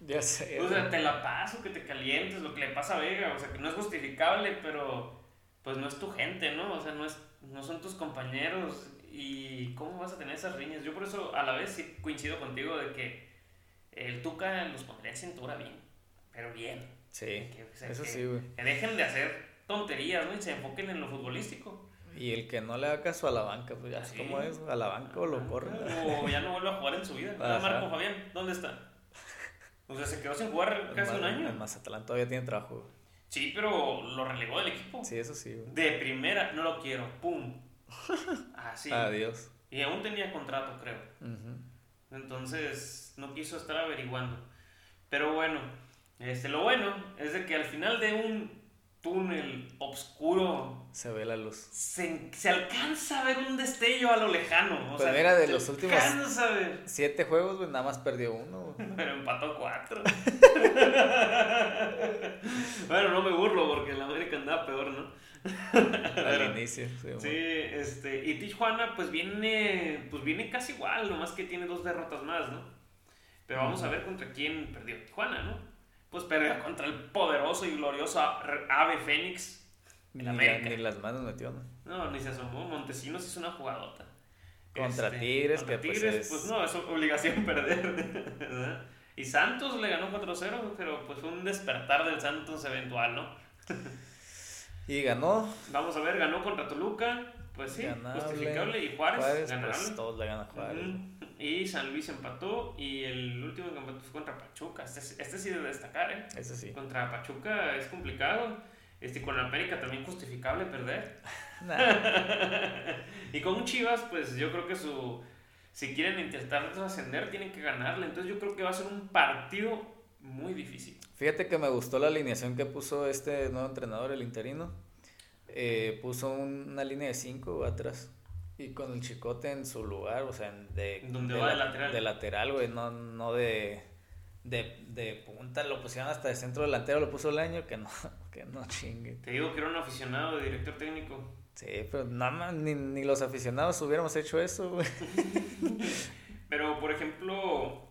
Speaker 2: Ya sé.
Speaker 1: O sea, te la paso, que te calientes, lo que le pasa a Vega, o sea, que no es justificable, pero pues no es tu gente, ¿no? O sea, no, es, no son tus compañeros y ¿cómo vas a tener esas riñas? Yo por eso a la vez sí coincido contigo de que el Tuca los pondría en cintura bien, pero bien.
Speaker 2: sí.
Speaker 1: Que, o sea,
Speaker 2: Eso
Speaker 1: que-
Speaker 2: sí, güey.
Speaker 1: que dejen de hacer tonterías, ¿no? Y se enfoquen en lo futbolístico.
Speaker 2: Y el que no le haga caso a la banca, pues ya
Speaker 1: Sí. Ah,
Speaker 2: como es, a la banca o lo corre.
Speaker 1: O ya no vuelve a jugar en su vida.
Speaker 2: Ajá.
Speaker 1: Marco Fabián, ¿dónde está? O sea, se quedó sin jugar casi un año.
Speaker 2: En Mazatlán todavía tiene trabajo. güey.
Speaker 1: Sí, pero lo relegó del equipo.
Speaker 2: Sí, eso sí, güey.
Speaker 1: De primera, no lo quiero,
Speaker 2: *laughs*
Speaker 1: pum. Así.
Speaker 2: Adiós.
Speaker 1: Y aún tenía contrato, creo.
Speaker 2: Ujú.
Speaker 1: Entonces, no quiso estar averiguando. Pero bueno, este, lo bueno es de que al final de un túnel oscuro
Speaker 2: Se ve la luz.
Speaker 1: se, se alcanza a ver un destello a lo lejano. O
Speaker 2: Pues
Speaker 1: sea,
Speaker 2: mira, de
Speaker 1: se
Speaker 2: los últimos-
Speaker 1: alcanza a ver.
Speaker 2: Siete juegos, güey, nada más perdió uno.
Speaker 1: *laughs*
Speaker 2: güey.
Speaker 1: Pero empató cuatro. *laughs* bueno, no me burlo porque la América andaba peor, ¿no? Pero-
Speaker 2: Al inicio. Sí,
Speaker 1: Sí,
Speaker 2: güey.
Speaker 1: este, y Tijuana pues viene, pues viene casi igual, nomás que tiene dos derrotas más, ¿no? Pero vamos a ver contra quién perdió Tijuana, ¿no? Pues perdió contra el poderoso y glorioso A- Ave Fénix.
Speaker 2: Ni,
Speaker 1: en
Speaker 2: la-
Speaker 1: América.
Speaker 2: ni las manos metió, ¿no?
Speaker 1: No, ni se asomó, Montesinos hizo una jugadota. Este,
Speaker 2: Contra Tigres,
Speaker 1: contra
Speaker 2: que, pues,
Speaker 1: Tigres,
Speaker 2: es-
Speaker 1: pues, no, es obligación *laughs* perder. ¿verdad? y Santos le ganó 4-0, pero pues fue un despertar del Santos eventual, ¿no?
Speaker 2: Y ganó.
Speaker 1: Vamos a ver, ganó contra Toluca, pues sí,
Speaker 2: Ganable.
Speaker 1: justificable. Y Juárez,
Speaker 2: Juárez,
Speaker 1: ganable.
Speaker 2: pues todos le ganan a Juárez.
Speaker 1: Ujú. Y San Luis empató y el último que empató fue contra Pachuca. Este, este sí de destacar, ¿eh?
Speaker 2: Eso sí.
Speaker 1: Contra Pachuca es complicado. Este, con América también justificable perder.
Speaker 2: Nah,
Speaker 1: *laughs* y con Chivas, pues yo creo que su... Si quieren intentar ascender, tienen que ganarle. Entonces yo creo que va a ser un partido muy difícil.
Speaker 2: Fíjate que me gustó la alineación que puso este nuevo entrenador, el interino. Eh, puso un- una línea de cinco atrás. Y con el chicote en su lugar, o sea, en- de,
Speaker 1: Donde
Speaker 2: de
Speaker 1: va de
Speaker 2: la-
Speaker 1: lateral.
Speaker 2: De lateral, güey, no, no de, de, de punta. Lo pusieron hasta de centro delantero, lo puso el año, que no, *laughs* que no chingue.
Speaker 1: Te digo que era un aficionado de director técnico.
Speaker 2: Sí, pero nada más, ni, ni los aficionados hubiéramos hecho
Speaker 1: *laughs*
Speaker 2: eso, güey.
Speaker 1: Pero, por ejemplo,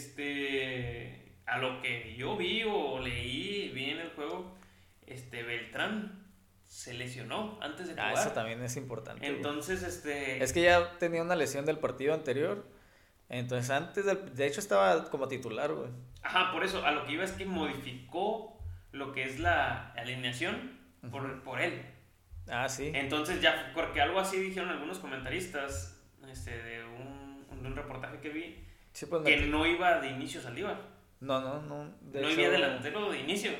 Speaker 1: este, a lo que yo vi o leí, vi en el juego, este, Beltrán se lesionó antes de
Speaker 2: Ah, eso
Speaker 1: jugar.
Speaker 2: también es importante. güey.
Speaker 1: Entonces, este,
Speaker 2: Es que ya tenía una lesión del partido anterior. Entonces, antes del. De hecho, estaba como titular, güey.
Speaker 1: ajá, por eso, a lo que iba es que modificó lo que es la alineación por, por él.
Speaker 2: Ah, sí.
Speaker 1: Entonces ya, porque algo así dijeron algunos comentaristas, este, de un, de un reportaje que vi,
Speaker 2: Sí, pues,
Speaker 1: que
Speaker 2: meti-
Speaker 1: no iba de inicio Saldívar,
Speaker 2: No, no, no. de
Speaker 1: no
Speaker 2: hecho,
Speaker 1: iba delantero de inicio.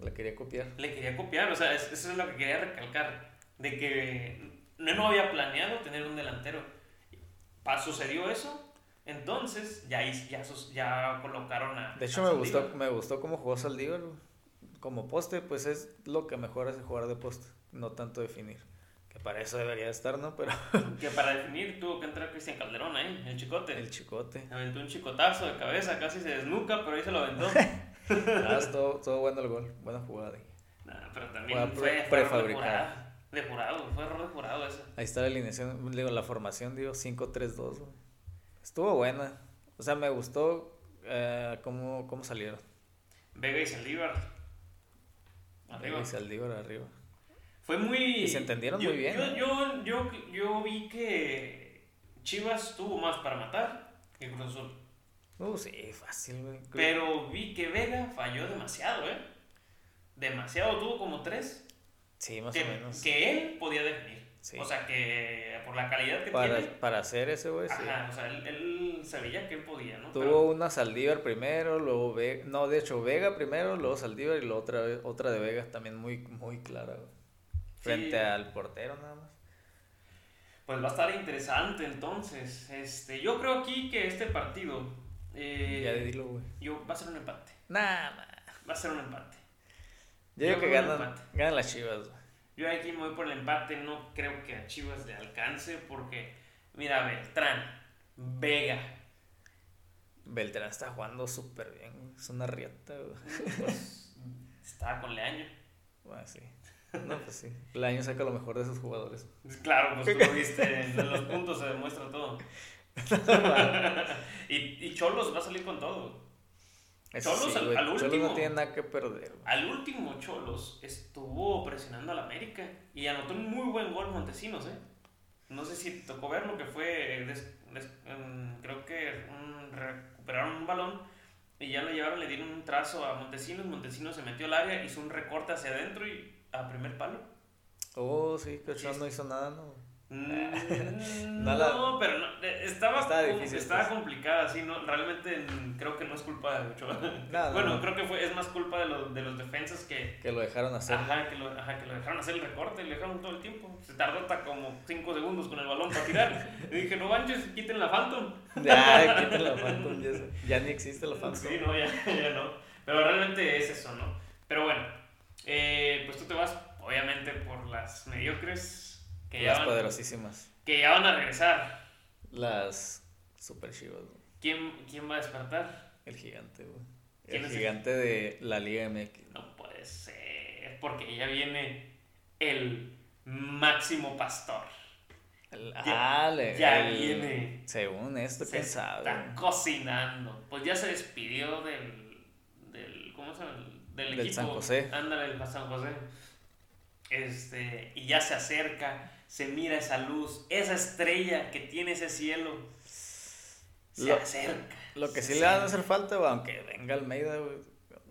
Speaker 2: La quería copiar.
Speaker 1: le quería copiar, o sea, es- eso es lo que quería recalcar, de que no, no había planeado tener un delantero. Pa- sucedió eso, entonces ya, hiz- ya, sus- ya colocaron a...
Speaker 2: De hecho,
Speaker 1: a
Speaker 2: me
Speaker 1: Saldívar.
Speaker 2: gustó, me gustó cómo jugó Saldívar. güey. Como poste, pues es lo que mejor hace jugar de poste. No tanto definir. Que para eso debería estar,
Speaker 1: *laughs*
Speaker 2: ¿no? Pero
Speaker 1: Que para definir tuvo que entrar Cristian Calderón ahí, el chicote.
Speaker 2: el chicote.
Speaker 1: Aventó un chicotazo de cabeza, casi se desnuca, pero ahí se lo
Speaker 2: *laughs*
Speaker 1: aventó.
Speaker 2: Ah, estuvo, estuvo bueno el gol. Buena jugada. güey.
Speaker 1: Nah, pero también
Speaker 2: Fue
Speaker 1: fue, fue
Speaker 2: prefabricado.
Speaker 1: error de jurado. De jurado, fue error de jurado eso.
Speaker 2: Ahí está la alineación, digo, la formación, digo, 5-3-2, güey. Estuvo buena. O sea, me gustó eh, cómo, cómo salieron.
Speaker 1: Vega y Saldívar. Arriba.
Speaker 2: Y Saldívar arriba.
Speaker 1: Fue muy.
Speaker 2: Y se entendieron
Speaker 1: yo-
Speaker 2: muy bien,
Speaker 1: Yo,
Speaker 2: ¿eh?
Speaker 1: yo, yo, yo vi que Chivas tuvo más para matar que Cruz Azul.
Speaker 2: Uh, sí, fácil, güey.
Speaker 1: Pero vi que Vega falló demasiado, ¿eh? Demasiado, tuvo como tres
Speaker 2: Sí, más
Speaker 1: que,
Speaker 2: o menos.
Speaker 1: que él podía definir.
Speaker 2: Sí.
Speaker 1: O sea, que por la calidad que tiene.
Speaker 2: Para, para hacer ese, güey, sí.
Speaker 1: Ajá, o sea, él, él se veía que él podía, ¿no?
Speaker 2: Tuvo
Speaker 1: Pero-
Speaker 2: una Saldívar primero, luego Vega. No, de hecho, Vega primero, luego Saldívar y luego otra, vez- otra de Vega también muy, muy clara, güey. Frente
Speaker 1: Sí.
Speaker 2: al portero nada más.
Speaker 1: Pues va a estar interesante entonces. Este, yo creo aquí que este partido eh,
Speaker 2: ya dilo, güey.
Speaker 1: yo, va a ser un empate.
Speaker 2: Nada más.
Speaker 1: Va a ser un empate.
Speaker 2: Yo
Speaker 1: Yo
Speaker 2: digo que
Speaker 1: creo un
Speaker 2: ganan,
Speaker 1: empate.
Speaker 2: ganan las chivas, güey.
Speaker 1: Yo aquí me voy por el empate, no creo que a Chivas le alcance porque, mira, Beltrán, Vega,
Speaker 2: Beltrán está jugando súper bien, güey. Es una riata, güey.
Speaker 1: pues estaba con Leaño.
Speaker 2: Bueno, sí. No, pues sí. El año saca lo mejor de esos jugadores.
Speaker 1: Claro, pues tú lo viste, en los puntos se demuestra todo. y, y Cholos va a salir con todo.
Speaker 2: Eso
Speaker 1: Cholos
Speaker 2: sí,
Speaker 1: al-
Speaker 2: güey.
Speaker 1: al
Speaker 2: Cholos
Speaker 1: último.
Speaker 2: no tiene nada que perder, güey.
Speaker 1: Al último Cholos estuvo presionando al América y anotó un muy buen gol Montesinos, ¿eh? No sé si te tocó ver lo que fue, eh, des- des- em, creo que un- recuperaron un balón y ya lo llevaron, le dieron un trazo a Montesinos, Montesinos se metió al área, hizo un recorte hacia adentro y a primer palo.
Speaker 2: Oh, sí, que Ochoa
Speaker 1: Sí.
Speaker 2: no hizo nada, ¿no?
Speaker 1: Mm,
Speaker 2: *laughs* No la-
Speaker 1: No, pero no, eh, estaba,
Speaker 2: Estaba
Speaker 1: com-
Speaker 2: difícil,
Speaker 1: estaba
Speaker 2: pues.
Speaker 1: complicada, sí, no, realmente mm, creo que no es culpa de Ochoa.
Speaker 2: No,
Speaker 1: *laughs*
Speaker 2: no,
Speaker 1: bueno,
Speaker 2: no.
Speaker 1: creo que fue, es más culpa de, los- de los defensas que
Speaker 2: Que lo dejaron hacer.
Speaker 1: Ajá que, lo, ajá, que lo dejaron hacer el recorte, lo dejaron todo el tiempo. Se tardó hasta como 5 segundos con el balón para
Speaker 2: *laughs*
Speaker 1: tirar. y dije, no manches, quiten la Phantom.
Speaker 2: Ya, quiten la Phantom, ya, sé. ya ni existe la Phantom.
Speaker 1: Sí, no, ya, *laughs* ya no. Pero realmente es eso, ¿no? Pero bueno, eh, pues tú te vas, obviamente, por las mediocres que ya,
Speaker 2: Las
Speaker 1: van,
Speaker 2: poderosísimas.
Speaker 1: que ya van a regresar.
Speaker 2: Las super chivas, güey.
Speaker 1: ¿Quién, ¿Quién va a despertar?
Speaker 2: El gigante, güey.
Speaker 1: ¿Quién
Speaker 2: El
Speaker 1: es el-
Speaker 2: gigante de la Liga MX.
Speaker 1: No puede ser, porque ya viene el máximo pastor.
Speaker 2: El-
Speaker 1: Ya-
Speaker 2: ah, le-
Speaker 1: ya
Speaker 2: el-
Speaker 1: viene.
Speaker 2: Según esto,
Speaker 1: Se
Speaker 2: quién sabe.
Speaker 1: Está cocinando. Pues ya se despidió del. del ¿Cómo se llama? Del,
Speaker 2: Del
Speaker 1: equipo.
Speaker 2: San José.
Speaker 1: Ándale, del San José. Este, y ya se acerca, se mira esa luz, esa estrella que tiene ese cielo. Se
Speaker 2: Lo-
Speaker 1: acerca.
Speaker 2: Lo que
Speaker 1: se
Speaker 2: sí le van a
Speaker 1: acerca.
Speaker 2: hacer falta, güey, aunque venga Almeida, güey,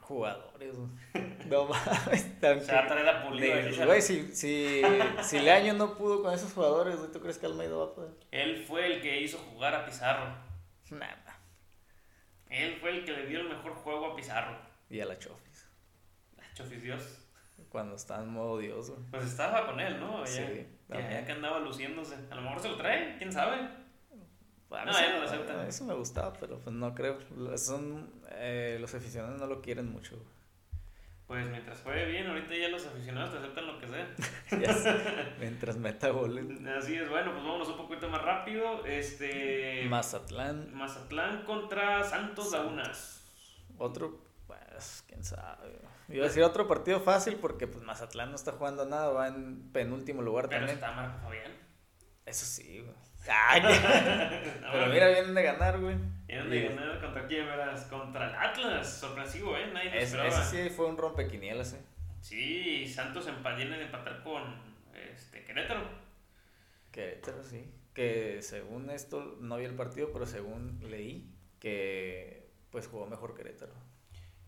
Speaker 2: jugadores, güey.
Speaker 1: *laughs*
Speaker 2: No mames,
Speaker 1: Se va a
Speaker 2: aunque-
Speaker 1: traer a Pulido. de
Speaker 2: de-
Speaker 1: Chicharo.
Speaker 2: Güey, si, si, si Leaño no pudo con esos jugadores, güey, ¿tú crees que Almeida va a poder?
Speaker 1: Él fue el que hizo jugar a Pizarro.
Speaker 2: Nada.
Speaker 1: Él fue el que le dio el mejor juego a Pizarro.
Speaker 2: Y a la Chofis.
Speaker 1: Ah, Chofis Dios.
Speaker 2: Cuando está en modo Dios, güey.
Speaker 1: Pues estaba con él, ¿no? Ya,
Speaker 2: Sí,
Speaker 1: ya-
Speaker 2: también.
Speaker 1: ya que andaba luciéndose. A lo mejor se lo trae, quién sabe. No,
Speaker 2: A mí sí-
Speaker 1: ya no lo aceptan.
Speaker 2: a mí sí me gustaba, pero pues no creo. Son, eh, los aficionados no lo quieren mucho. *laughs* güey.
Speaker 1: Pues mientras juegue bien, ahorita ya los aficionados te aceptan lo que
Speaker 2: *laughs*
Speaker 1: sea.
Speaker 2: Ya sé, Mientras meta goles.
Speaker 1: Así es, bueno, pues vámonos un poquito más rápido. Este.
Speaker 2: Mazatlán,
Speaker 1: Mazatlán contra Santos Laguna.
Speaker 2: otro, pues, quién sabe. Iba a decir otro partido fácil porque pues Mazatlán no está jugando nada, va en penúltimo lugar
Speaker 1: Pero
Speaker 2: también.
Speaker 1: está Marco
Speaker 2: *laughs*
Speaker 1: Fabián.
Speaker 2: Eso sí, güey. Ay,
Speaker 1: *laughs*
Speaker 2: pero mira, vienen de ganar, güey.
Speaker 1: Vieron de
Speaker 2: Y-
Speaker 1: ganar contra quién, verás? Contra el Atlas. Sorpresivo, ¿eh? Nadie lo
Speaker 2: es-
Speaker 1: esperaba.
Speaker 2: ese
Speaker 1: sí.
Speaker 2: sí fue un rompequinielas, eh.
Speaker 1: Santos empa- viene de empatar con este, Querétaro.
Speaker 2: Querétaro, sí. Que según esto, no vi el partido, pero según leí, que pues jugó mejor Querétaro.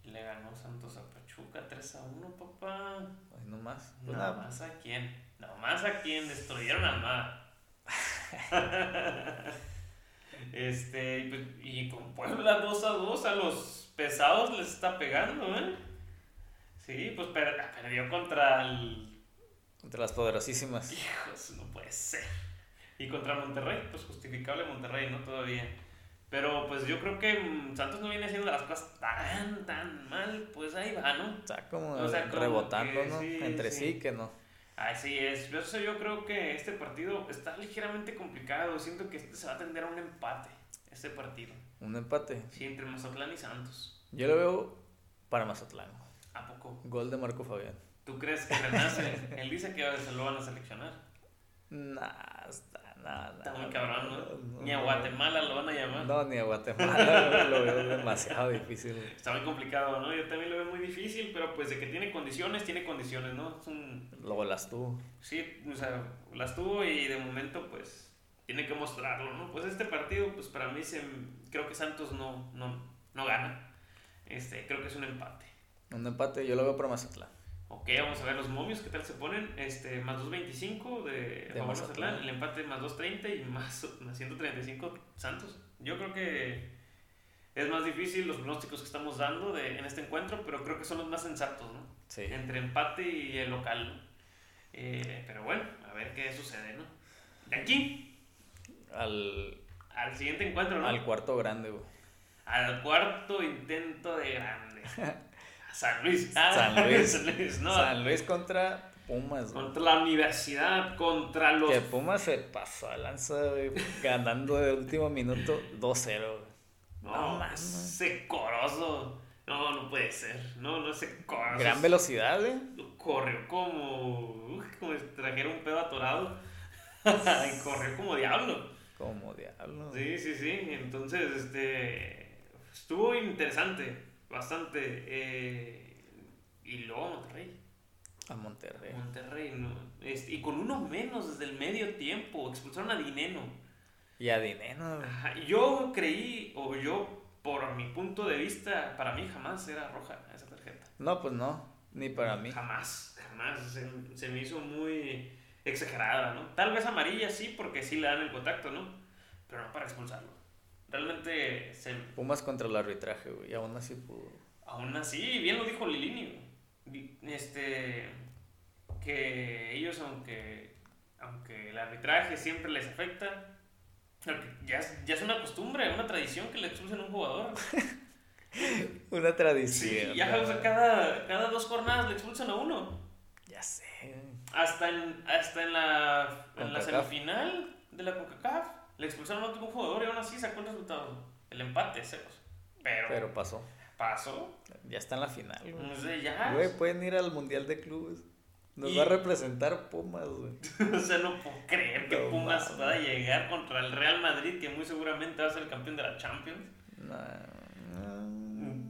Speaker 1: Le ganó Santos a Pachuca 3 a 1, papá.
Speaker 2: Ay, no más. Pues
Speaker 1: Nada
Speaker 2: nada.
Speaker 1: más a quién. Nada más a quién. Destruyeron a Amada. *laughs* este, y pues- y con Puebla 2 a 2 a los pesados les está pegando, ¿eh? Sí, pues per- perdió contra el.
Speaker 2: Entre las poderosísimas.
Speaker 1: Hijos, no puede ser. Y contra Monterrey, pues justificable Monterrey, ¿no? Todavía. Pero pues yo creo que mm, Santos no viene haciendo las cosas tan, tan mal. Pues ahí va, ¿no?
Speaker 2: Está como
Speaker 1: O sea, como
Speaker 2: rebotando,
Speaker 1: que
Speaker 2: ¿no?
Speaker 1: sí,
Speaker 2: Entre sí.
Speaker 1: sí.
Speaker 2: que no.
Speaker 1: Así es, por eso yo creo que este partido está ligeramente complicado. Siento que este se va a tender a un empate, este partido.
Speaker 2: Un empate.
Speaker 1: Sí, entre Mazatlán y Santos.
Speaker 2: Yo lo veo para Mazatlán.
Speaker 1: ¿A poco?
Speaker 2: Gol de Marco Fabián.
Speaker 1: ¿Tú crees que renace? Él dice que se lo van a seleccionar.
Speaker 2: Nah, está, nah, nah,
Speaker 1: Está muy cabrón, ¿no? Ni a
Speaker 2: Ah, no.
Speaker 1: Guatemala lo van a llamar.
Speaker 2: No, ni a Guatemala. *laughs* güey, lo veo demasiado difícil. güey.
Speaker 1: Está muy complicado, ¿no? Yo también lo veo muy difícil, pero pues de que tiene condiciones, tiene condiciones, ¿no? Es un...
Speaker 2: Luego las tuvo.
Speaker 1: Sí, o sea, las tuvo y de momento pues tiene que mostrarlo, ¿no? Pues este partido, pues para mí se, creo que Santos no, no, no gana. Este, creo que es un empate.
Speaker 2: Un empate, yo lo veo para Mazatlán.
Speaker 1: Ok, vamos a ver los momios, ¿qué tal se ponen? Este, más 2.25 de,
Speaker 2: De
Speaker 1: favor Mazatlán,
Speaker 2: Mazatlán.
Speaker 1: el empate más 2.30 y más, *laughs* más 135 Santos. Yo creo que es más difícil los pronósticos que estamos dando de, en este encuentro, pero creo que son los más sensatos, ¿no?
Speaker 2: Sí.
Speaker 1: Entre empate y el local, ¿no? Eh, pero bueno, a ver qué sucede, ¿no? De aquí
Speaker 2: Al,
Speaker 1: al siguiente encuentro, ¿no?
Speaker 2: al cuarto grande, güey.
Speaker 1: Al cuarto intento de grande.
Speaker 2: *laughs*
Speaker 1: A San Luis. Ah, *laughs*
Speaker 2: San Luis.
Speaker 1: no.
Speaker 2: San Luis contra Pumas, güey.
Speaker 1: Contra la universidad, contra los.
Speaker 2: Que Pumas se pasó a lanza, güey, ganando de último minuto 2-0, güey.
Speaker 1: No,
Speaker 2: No
Speaker 1: más
Speaker 2: mames.
Speaker 1: secoroso. No, no puede ser. No, no es secoroso.
Speaker 2: Gran velocidad, güey.
Speaker 1: Corrió como. uf, como si trajera un pedo
Speaker 2: *laughs*
Speaker 1: atorado. *laughs* Y Corrió como diablo.
Speaker 2: Como diablo. güey.
Speaker 1: Sí, sí, sí. Entonces, este. Estuvo interesante. Bastante. Eh, y luego Monterrey.
Speaker 2: A Monterrey.
Speaker 1: Monterrey, no. Este, y con uno menos desde el medio tiempo. Expulsaron a Dineno.
Speaker 2: Y a Dineno, güey.
Speaker 1: Ajá, Yo creí, o yo, por mi punto de vista, para mí jamás era roja esa tarjeta.
Speaker 2: No, pues no. Ni para mí.
Speaker 1: Jamás, jamás. Se, se me hizo muy exagerada, ¿no? Tal vez amarilla sí, porque sí le dan el contacto, ¿no? Pero no para expulsarlo. Realmente, se,
Speaker 2: Pumas contra el arbitraje, güey. Y aún así pudo.
Speaker 1: aún así, bien lo dijo Lilini, güey. este, que ellos, aunque, aunque el arbitraje siempre les afecta, ya, es- ya es una costumbre, una tradición que le expulsen a un jugador.
Speaker 2: Una
Speaker 1: Sí,
Speaker 2: tradición.
Speaker 1: ya,
Speaker 2: la
Speaker 1: o sea,
Speaker 2: verdad.
Speaker 1: cada, cada dos jornadas le expulsan a uno.
Speaker 2: Ya sé. güey.
Speaker 1: Hasta en, hasta en la, en la
Speaker 2: CONCACAF.
Speaker 1: semifinal de la CONCACAF le expulsaron a otro jugador y aún así sacó el resultado. El empate, ceros. Pero,
Speaker 2: Pero pasó.
Speaker 1: pasó.
Speaker 2: Ya está en la final, güey.
Speaker 1: No sé, Pues ya.
Speaker 2: Güey, pueden ir al Mundial de Clubes. Nos
Speaker 1: Y-
Speaker 2: va a representar Pumas, güey.
Speaker 1: o sea, *laughs* no puedo creer que
Speaker 2: No
Speaker 1: Pumas
Speaker 2: mames.
Speaker 1: va a llegar contra el Real Madrid, que muy seguramente va a ser el campeón de la Champions.
Speaker 2: No, no.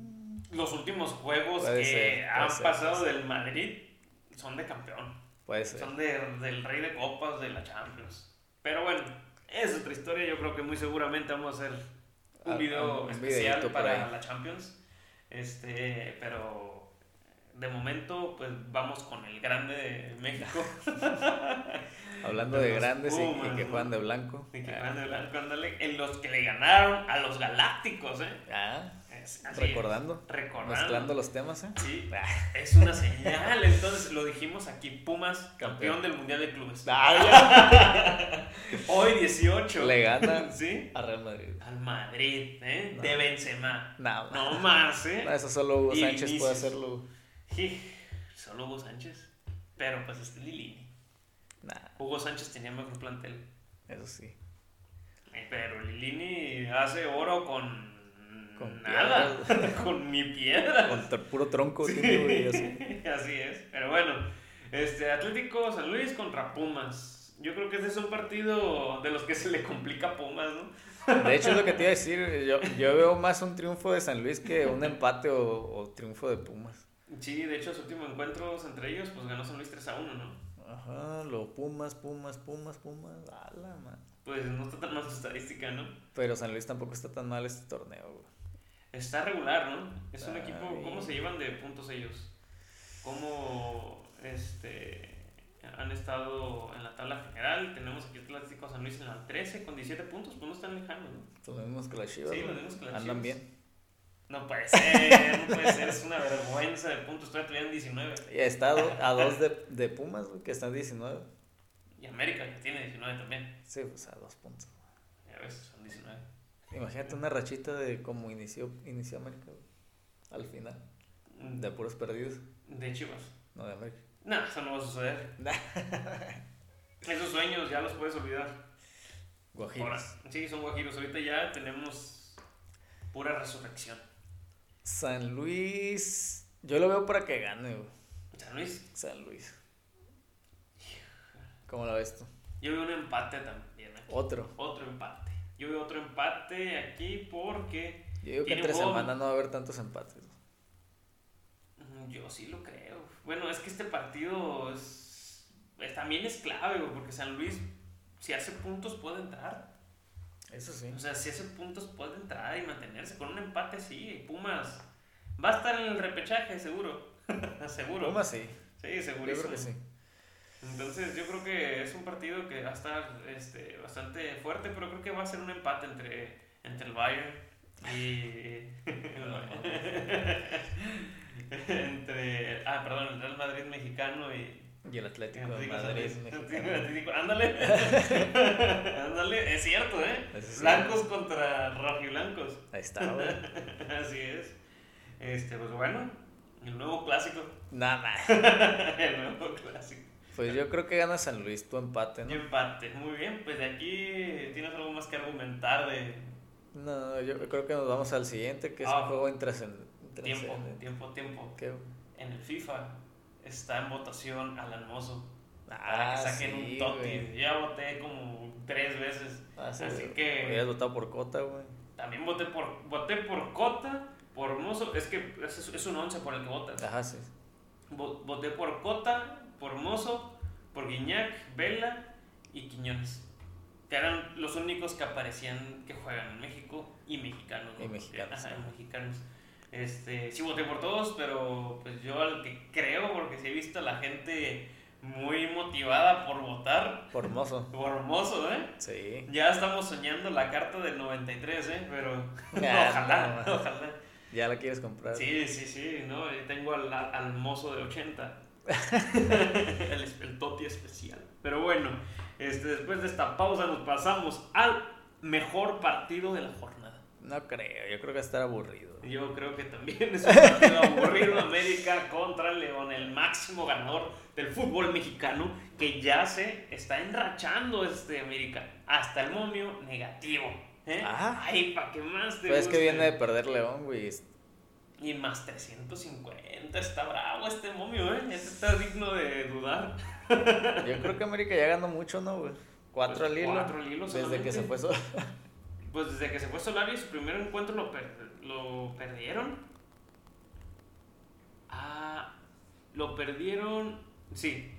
Speaker 1: Los últimos juegos
Speaker 2: Puede
Speaker 1: que
Speaker 2: ser,
Speaker 1: han
Speaker 2: puede ser,
Speaker 1: pasado
Speaker 2: puede
Speaker 1: del Madrid son de campeón.
Speaker 2: Puede ser.
Speaker 1: Son de- del rey de copas de la Champions. Pero bueno, es otra historia. Yo creo que muy seguramente vamos a hacer un
Speaker 2: Ah,
Speaker 1: video
Speaker 2: un
Speaker 1: especial
Speaker 2: videíto por
Speaker 1: para
Speaker 2: ahí.
Speaker 1: la Champions. Este, pero de momento, pues vamos con el grande de
Speaker 2: *laughs*
Speaker 1: México.
Speaker 2: Hablando
Speaker 1: de
Speaker 2: de
Speaker 1: los
Speaker 2: grandes y- y,
Speaker 1: Pumas,
Speaker 2: que
Speaker 1: ¿no?
Speaker 2: juegan de blanco.
Speaker 1: Y que
Speaker 2: Ah,
Speaker 1: van de blanco, ándale, en los que le ganaron a los galácticos, ¿eh?
Speaker 2: ah,
Speaker 1: Es- así es.
Speaker 2: recordando.
Speaker 1: Recordando.
Speaker 2: Mezclando los temas, ¿eh?
Speaker 1: Sí,
Speaker 2: Ah,
Speaker 1: es una señal. Entonces lo dijimos aquí: Pumas, campeón,
Speaker 2: Campeón.
Speaker 1: del Mundial de Clubes.
Speaker 2: *laughs* ah,
Speaker 1: Hoy
Speaker 2: ya.
Speaker 1: 18.
Speaker 2: Le gana
Speaker 1: ¿Sí?
Speaker 2: a Real Madrid.
Speaker 1: Al Madrid, ¿eh?
Speaker 2: No.
Speaker 1: De Benzema.
Speaker 2: No, no.
Speaker 1: No más, ¿eh?
Speaker 2: eso solo Hugo
Speaker 1: Y
Speaker 2: Sánchez
Speaker 1: Vinicius.
Speaker 2: puede hacerlo.
Speaker 1: Sí, Solo Hugo Sánchez. Pero pues este Lilini.
Speaker 2: Nah,
Speaker 1: Hugo Sánchez tenía mejor plantel.
Speaker 2: eso sí.
Speaker 1: Eh, Pero Lilini hace oro con,
Speaker 2: Con
Speaker 1: nada. *laughs* con mi piedra.
Speaker 2: Con tr- puro tronco
Speaker 1: Sí.
Speaker 2: tiene, güey, así.
Speaker 1: *laughs* Así es. Pero bueno, este Atlético San Luis contra Pumas. Yo creo que este es un partido de los que se le complica a Pumas, ¿no?
Speaker 2: De hecho, es lo que te iba a decir. Yo, yo veo más un triunfo de San Luis que un empate o, o triunfo de Pumas.
Speaker 1: Sí, de hecho, su último encuentro entre ellos, pues ganó San Luis 3 a 1, ¿no?
Speaker 2: Ajá, lo Pumas, Pumas, Pumas, Pumas. A la madre.
Speaker 1: Pues no está tan mal su estadística, ¿no?
Speaker 2: Pero San Luis tampoco está tan mal este torneo, güey.
Speaker 1: Está regular, ¿no? Es un
Speaker 2: Está
Speaker 1: equipo,
Speaker 2: bien.
Speaker 1: ¿cómo se llevan de puntos ellos? ¿Cómo este, han estado en la tabla general? Tenemos aquí Atlético San Luis en la 13 con 17 puntos, pues no están lejanos, ¿no?
Speaker 2: Los mismos que las Chivas.
Speaker 1: Sí,
Speaker 2: güey.
Speaker 1: los mismos que las Chivas.
Speaker 2: Andan bien.
Speaker 1: No puede ser, no puede ser, es una vergüenza de puntos, todavía tuvieron 19.
Speaker 2: Y está a, do- a dos de, de Pumas, güey, que están 19.
Speaker 1: Y América que tiene 19 también,
Speaker 2: Sí, pues a dos puntos.
Speaker 1: ya ves, son 19.
Speaker 2: Imagínate una rachita de cómo inició, inició América, güey. Al final. De puros perdidos.
Speaker 1: De Chivas.
Speaker 2: No, de América.
Speaker 1: No, eso no va a suceder.
Speaker 2: *laughs*
Speaker 1: Esos sueños ya los puedes olvidar. Ahora,
Speaker 2: Guajiros.
Speaker 1: sí, son guajiros. Ahorita ya tenemos pura resurrección.
Speaker 2: San Luis. Yo lo veo para que gane, güey.
Speaker 1: San Luis,
Speaker 2: San Luis. ¿Cómo lo ves tú?
Speaker 1: yo veo un empate también. aquí.
Speaker 2: Otro.
Speaker 1: Otro empate. Yo veo otro empate aquí porque
Speaker 2: Yo digo que
Speaker 1: Tiene
Speaker 2: entre
Speaker 1: juego.
Speaker 2: semana no va a haber tantos empates.
Speaker 1: mm, yo sí lo creo. Bueno, es que este partido es- es- también es clave, güey, porque San Luis, si hace puntos, puede entrar.
Speaker 2: Eso sí.
Speaker 1: O sea, si hace puntos, puede entrar y mantenerse. Con un empate, sí. Pumas va a estar en el repechaje, seguro. *laughs* seguro.
Speaker 2: Pumas sí.
Speaker 1: Sí,
Speaker 2: Yo
Speaker 1: segurísimo.
Speaker 2: creo que sí.
Speaker 1: Entonces yo creo que es un partido que va a estar este, bastante fuerte, pero creo que va a ser un empate entre, entre el Bayern
Speaker 2: *laughs*
Speaker 1: y... entre... Ah, perdón, el Real Madrid mexicano y...
Speaker 2: Y el
Speaker 1: y
Speaker 2: Atlético de
Speaker 1: Atlético
Speaker 2: Madrid.
Speaker 1: San Luis.
Speaker 2: mexicano.
Speaker 1: Atlético- Ándale.
Speaker 2: *laughs*
Speaker 1: Ándale, es cierto, ¿eh?
Speaker 2: Eso sí.
Speaker 1: Blancos contra rojiblancos. *laughs*
Speaker 2: Ahí está, güey.
Speaker 1: Así es. Este, pues bueno, el nuevo clásico. *laughs*
Speaker 2: Nada.
Speaker 1: el nuevo clásico.
Speaker 2: Pues yo creo que gana San Luis tu empate,
Speaker 1: Y
Speaker 2: ¿no?
Speaker 1: empate, muy bien, pues de aquí tienes algo más que argumentar de
Speaker 2: No, yo creo que nos vamos al siguiente, que es
Speaker 1: Ah.
Speaker 2: un juego intrascend-
Speaker 1: tiempo,
Speaker 2: intrascendente.
Speaker 1: tiempo, tiempo.
Speaker 2: ¿Qué?
Speaker 1: En el FIFA está en votación al hermoso para
Speaker 2: Ah,
Speaker 1: que saquen
Speaker 2: sí,
Speaker 1: un toti.
Speaker 2: güey.
Speaker 1: Ya voté como tres veces.
Speaker 2: Ah, sí,
Speaker 1: Así
Speaker 2: güey.
Speaker 1: que-
Speaker 2: Hubieras votado por Cota, güey.
Speaker 1: También voté por voté por Cota, por Mozo, es que es, es un once por el que votas.
Speaker 2: Ajá, sí.
Speaker 1: Vo- Voté por Cota, por Mozo, por Guiñac, Vela y Quiñones. Que eran los únicos que aparecían que juegan en México y mexicanos. ¿no?
Speaker 2: Y mexicanos,
Speaker 1: Ajá,
Speaker 2: sí.
Speaker 1: y mexicanos. Este, sí voté por todos, pero pues yo al que creo, porque sí he visto a la gente muy motivada por votar,
Speaker 2: Por Mozo.
Speaker 1: por Mozo, ¿eh?
Speaker 2: Sí.
Speaker 1: Ya estamos soñando la carta del 93, ¿eh? Pero
Speaker 2: *laughs* Nah,
Speaker 1: ojalá,
Speaker 2: Ah, no.
Speaker 1: ojalá.
Speaker 2: Ya la quieres comprar.
Speaker 1: Sí, sí, sí, no, yo tengo al, al mozo de
Speaker 2: *laughs*
Speaker 1: 80. el, es- el toti especial. Pero bueno, este, después de esta pausa nos pasamos al mejor partido de la jornada.
Speaker 2: No creo, yo creo que va a estar aburrido.
Speaker 1: Yo creo que también es un partido
Speaker 2: *laughs*
Speaker 1: aburrido América contra León, el máximo ganador del fútbol mexicano que ya se está enrachando este América. Hasta el momio negativo. ¿eh?
Speaker 2: Ah.
Speaker 1: Ay, ¿para qué más te
Speaker 2: Pues es que
Speaker 1: guste?
Speaker 2: viene de perder León, güey.
Speaker 1: Y más 350, está bravo este momio, ¿eh? Este está digno de dudar.
Speaker 2: Yo creo que América ya ganó mucho, ¿no, güey? Cuatro
Speaker 1: Pues,
Speaker 2: al hilo.
Speaker 1: cuatro al hilo
Speaker 2: Desde
Speaker 1: solamente.
Speaker 2: que se fue solo.
Speaker 1: Pues desde que se fue Solari, su primer encuentro lo, per- lo perdieron. Ah, lo perdieron. Sí,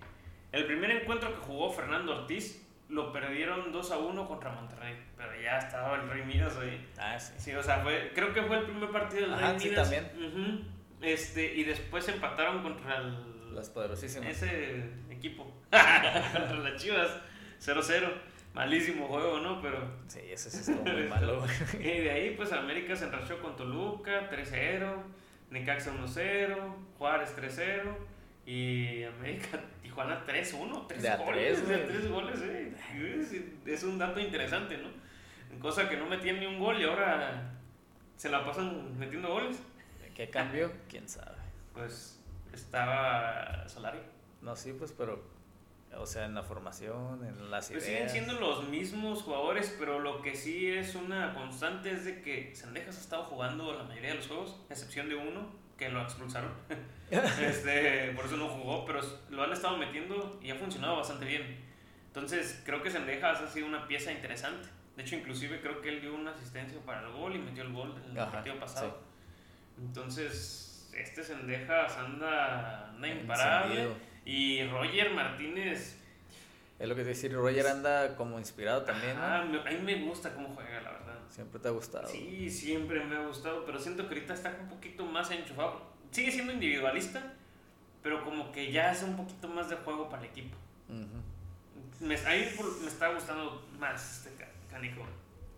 Speaker 1: el primer encuentro que jugó Fernando Ortiz lo perdieron 2 a 1 contra Monterrey. Pero ya estaba el Rey Midas ahí.
Speaker 2: Ah, sí.
Speaker 1: Sí, o sea, fue, creo que fue el primer partido del
Speaker 2: Ajá,
Speaker 1: Rey
Speaker 2: sí,
Speaker 1: Midas.
Speaker 2: también.
Speaker 1: Ujú. Este, y después empataron contra el.
Speaker 2: Las poderosísimas.
Speaker 1: Ese equipo *laughs* contra las Chivas, 0-0. Malísimo juego, ¿no? Pero
Speaker 2: Sí, ese sí estuvo
Speaker 1: *laughs*
Speaker 2: muy malo, güey.
Speaker 1: y de ahí, pues América se enrachó con Toluca, 3-0. Necaxa 1-0. Juárez 3-0. Y América *laughs* Tijuana 3-1. 3
Speaker 2: De a
Speaker 1: goles.
Speaker 2: tres,
Speaker 1: de
Speaker 2: güey.
Speaker 1: 3 goles, eh. Es, es un dato interesante, ¿no? Cosa que no metían ni un gol y ahora se la pasan metiendo goles.
Speaker 2: ¿Qué cambio? ¿Quién sabe?
Speaker 1: Pues estaba Solari.
Speaker 2: No, sí, pues, pero... O sea, en la formación, en las
Speaker 1: Pues siguen
Speaker 2: ideas.
Speaker 1: siendo los mismos jugadores, pero lo que sí es una constante es de que Sendejas ha estado jugando la mayoría de los juegos, a excepción de uno, que lo expulsaron. este, por eso no jugó, pero lo han estado metiendo y ha funcionado bastante bien. Entonces, creo que Sendejas ha sido una pieza interesante. De hecho, inclusive creo que él dio una asistencia para el gol y metió el gol en el
Speaker 2: Ajá,
Speaker 1: partido pasado. Entonces, este Sendejas anda, anda imparable.
Speaker 2: Encendido.
Speaker 1: Y Roger Martínez
Speaker 2: Es lo que te decir, Roger anda como inspirado también,
Speaker 1: Ah,
Speaker 2: ¿no?
Speaker 1: me- a mí me gusta cómo juega, la verdad.
Speaker 2: Siempre te ha gustado.
Speaker 1: Sí, siempre me ha gustado, pero siento que ahorita está un poquito más enchufado. Sigue siendo individualista, pero como que ya hace un poquito más de juego para el equipo.
Speaker 2: Ujú.
Speaker 1: Me, ahí por- me está gustando más este ca- canijo.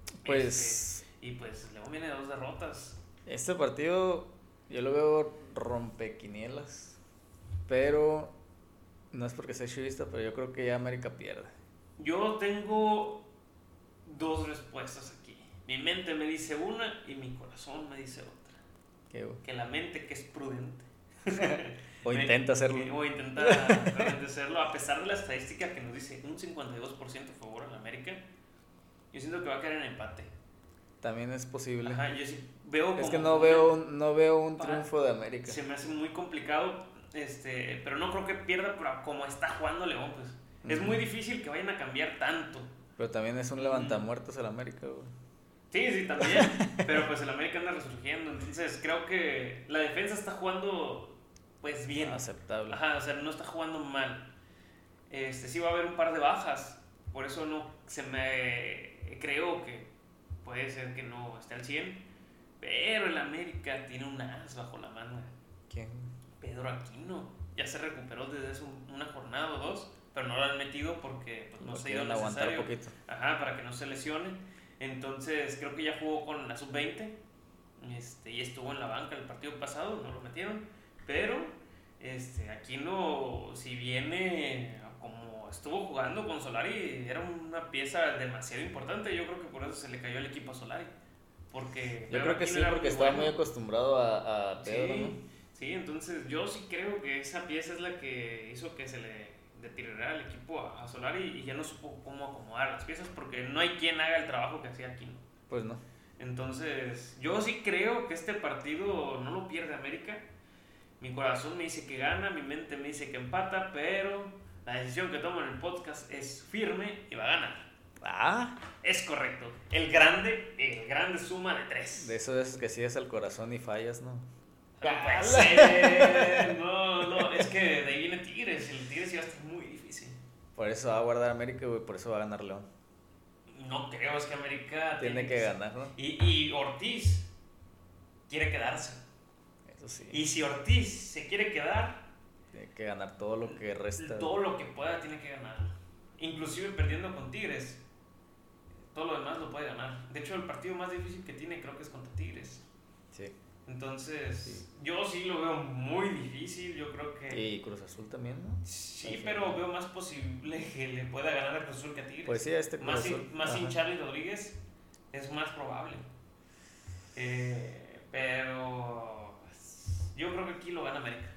Speaker 1: Este,
Speaker 2: Pues
Speaker 1: y pues luego viene dos derrotas.
Speaker 2: este partido yo lo veo rompequinielas, pero no es porque sea chivista, pero yo creo que ya América pierde.
Speaker 1: Yo tengo dos respuestas aquí. Mi mente me dice una y mi corazón me dice otra.
Speaker 2: ¿Qué, güey?
Speaker 1: Que la mente que es prudente.
Speaker 2: o
Speaker 1: Me-
Speaker 2: intenta
Speaker 1: eh,
Speaker 2: hacerlo.
Speaker 1: O intenta realmente hacerlo. A pesar de la estadística que nos dice un 52% favor al América, yo siento que va a caer en empate.
Speaker 2: También es posible.
Speaker 1: Ajá, yo sí veo
Speaker 2: Es
Speaker 1: como
Speaker 2: que no
Speaker 1: una-
Speaker 2: veo, un- no veo un
Speaker 1: Ajá.
Speaker 2: triunfo de América.
Speaker 1: Se me hace muy complicado, este, pero no creo que pierda por como está jugando León, pues. Es
Speaker 2: Ujú.
Speaker 1: muy difícil que vayan a cambiar tanto.
Speaker 2: Pero también
Speaker 1: Mm.
Speaker 2: es un levantamuertos el América, güey.
Speaker 1: Sí, sí, también.
Speaker 2: *laughs*
Speaker 1: pero pues el América anda resurgiendo. Entonces creo que la defensa está jugando pues bien.
Speaker 2: Ah, Aceptable.
Speaker 1: Ajá, o sea, no está jugando mal. Este, sí va a haber un par de bajas. Por eso no se me creo que puede ser que no esté al 100. Pero el América tiene un as bajo la manga.
Speaker 2: ¿Quién?
Speaker 1: Pedro Aquino. ya se recuperó desde hace un- una jornada o dos, pero no lo han metido porque pues, no
Speaker 2: Lo
Speaker 1: se ha ido
Speaker 2: quieren aguantar
Speaker 1: necesario.
Speaker 2: poquito.
Speaker 1: Ajá, para que no se lesione. Entonces, creo que ya jugó con la sub-20 este, y estuvo en la banca el partido pasado, no lo metieron. Pero este, Aquino, si viene como estuvo jugando con Solari, era una pieza demasiado importante. Yo creo que por eso se le cayó el equipo a Solari. Porque
Speaker 2: Yo
Speaker 1: Pedro
Speaker 2: creo que
Speaker 1: Aquino
Speaker 2: sí,
Speaker 1: era
Speaker 2: porque
Speaker 1: muy
Speaker 2: estaba
Speaker 1: bueno.
Speaker 2: muy acostumbrado a, a Pedro,
Speaker 1: sí,
Speaker 2: ¿no?
Speaker 1: sí, entonces yo sí creo que esa pieza es la que hizo que se le deteriorara el equipo a, a Solari y ya no supo cómo acomodar las piezas porque no hay quien haga el trabajo que hacía Aquino.
Speaker 2: Pues no.
Speaker 1: Entonces, yo sí creo que este partido no lo pierde América. Mi corazón me dice que gana, mi mente me dice que empata, pero la decisión que tomo en el podcast es firme y va a ganar.
Speaker 2: Ah,
Speaker 1: Es correcto. El grande, el grande suma de tres.
Speaker 2: de eso veces que sigues al corazón y fallas, ¿no?
Speaker 1: No puede ser, No, no, es que de ahí viene Tigres. El Tigres iba a estar muy difícil.
Speaker 2: Por eso va a guardar América, güey, por eso va a ganar León.
Speaker 1: No creo, es que América
Speaker 2: Tiene que ganar, ¿no?
Speaker 1: Y, y Ortiz quiere quedarse.
Speaker 2: Eso sí.
Speaker 1: Y si Ortiz se quiere quedar,
Speaker 2: Tiene que ganar todo lo que resta.
Speaker 1: todo lo que pueda tiene que ganar. Inclusive perdiendo con Tigres. Todo lo demás lo puede ganar. De hecho, el partido más difícil que tiene creo que es contra Tigres.
Speaker 2: Sí.
Speaker 1: Entonces,
Speaker 2: Sí.
Speaker 1: yo sí lo veo muy difícil. Yo creo que...
Speaker 2: Y Cruz Azul también, ¿no?
Speaker 1: Sí, pero veo más posible que le pueda ganar a Cruz Azul que a Tigres.
Speaker 2: Pues sí, a este Cruz
Speaker 1: más sin,
Speaker 2: Azul.
Speaker 1: más sin
Speaker 2: Ajá.
Speaker 1: Charlie Rodríguez es más probable. Eh, pero pues, yo creo que aquí lo gana América.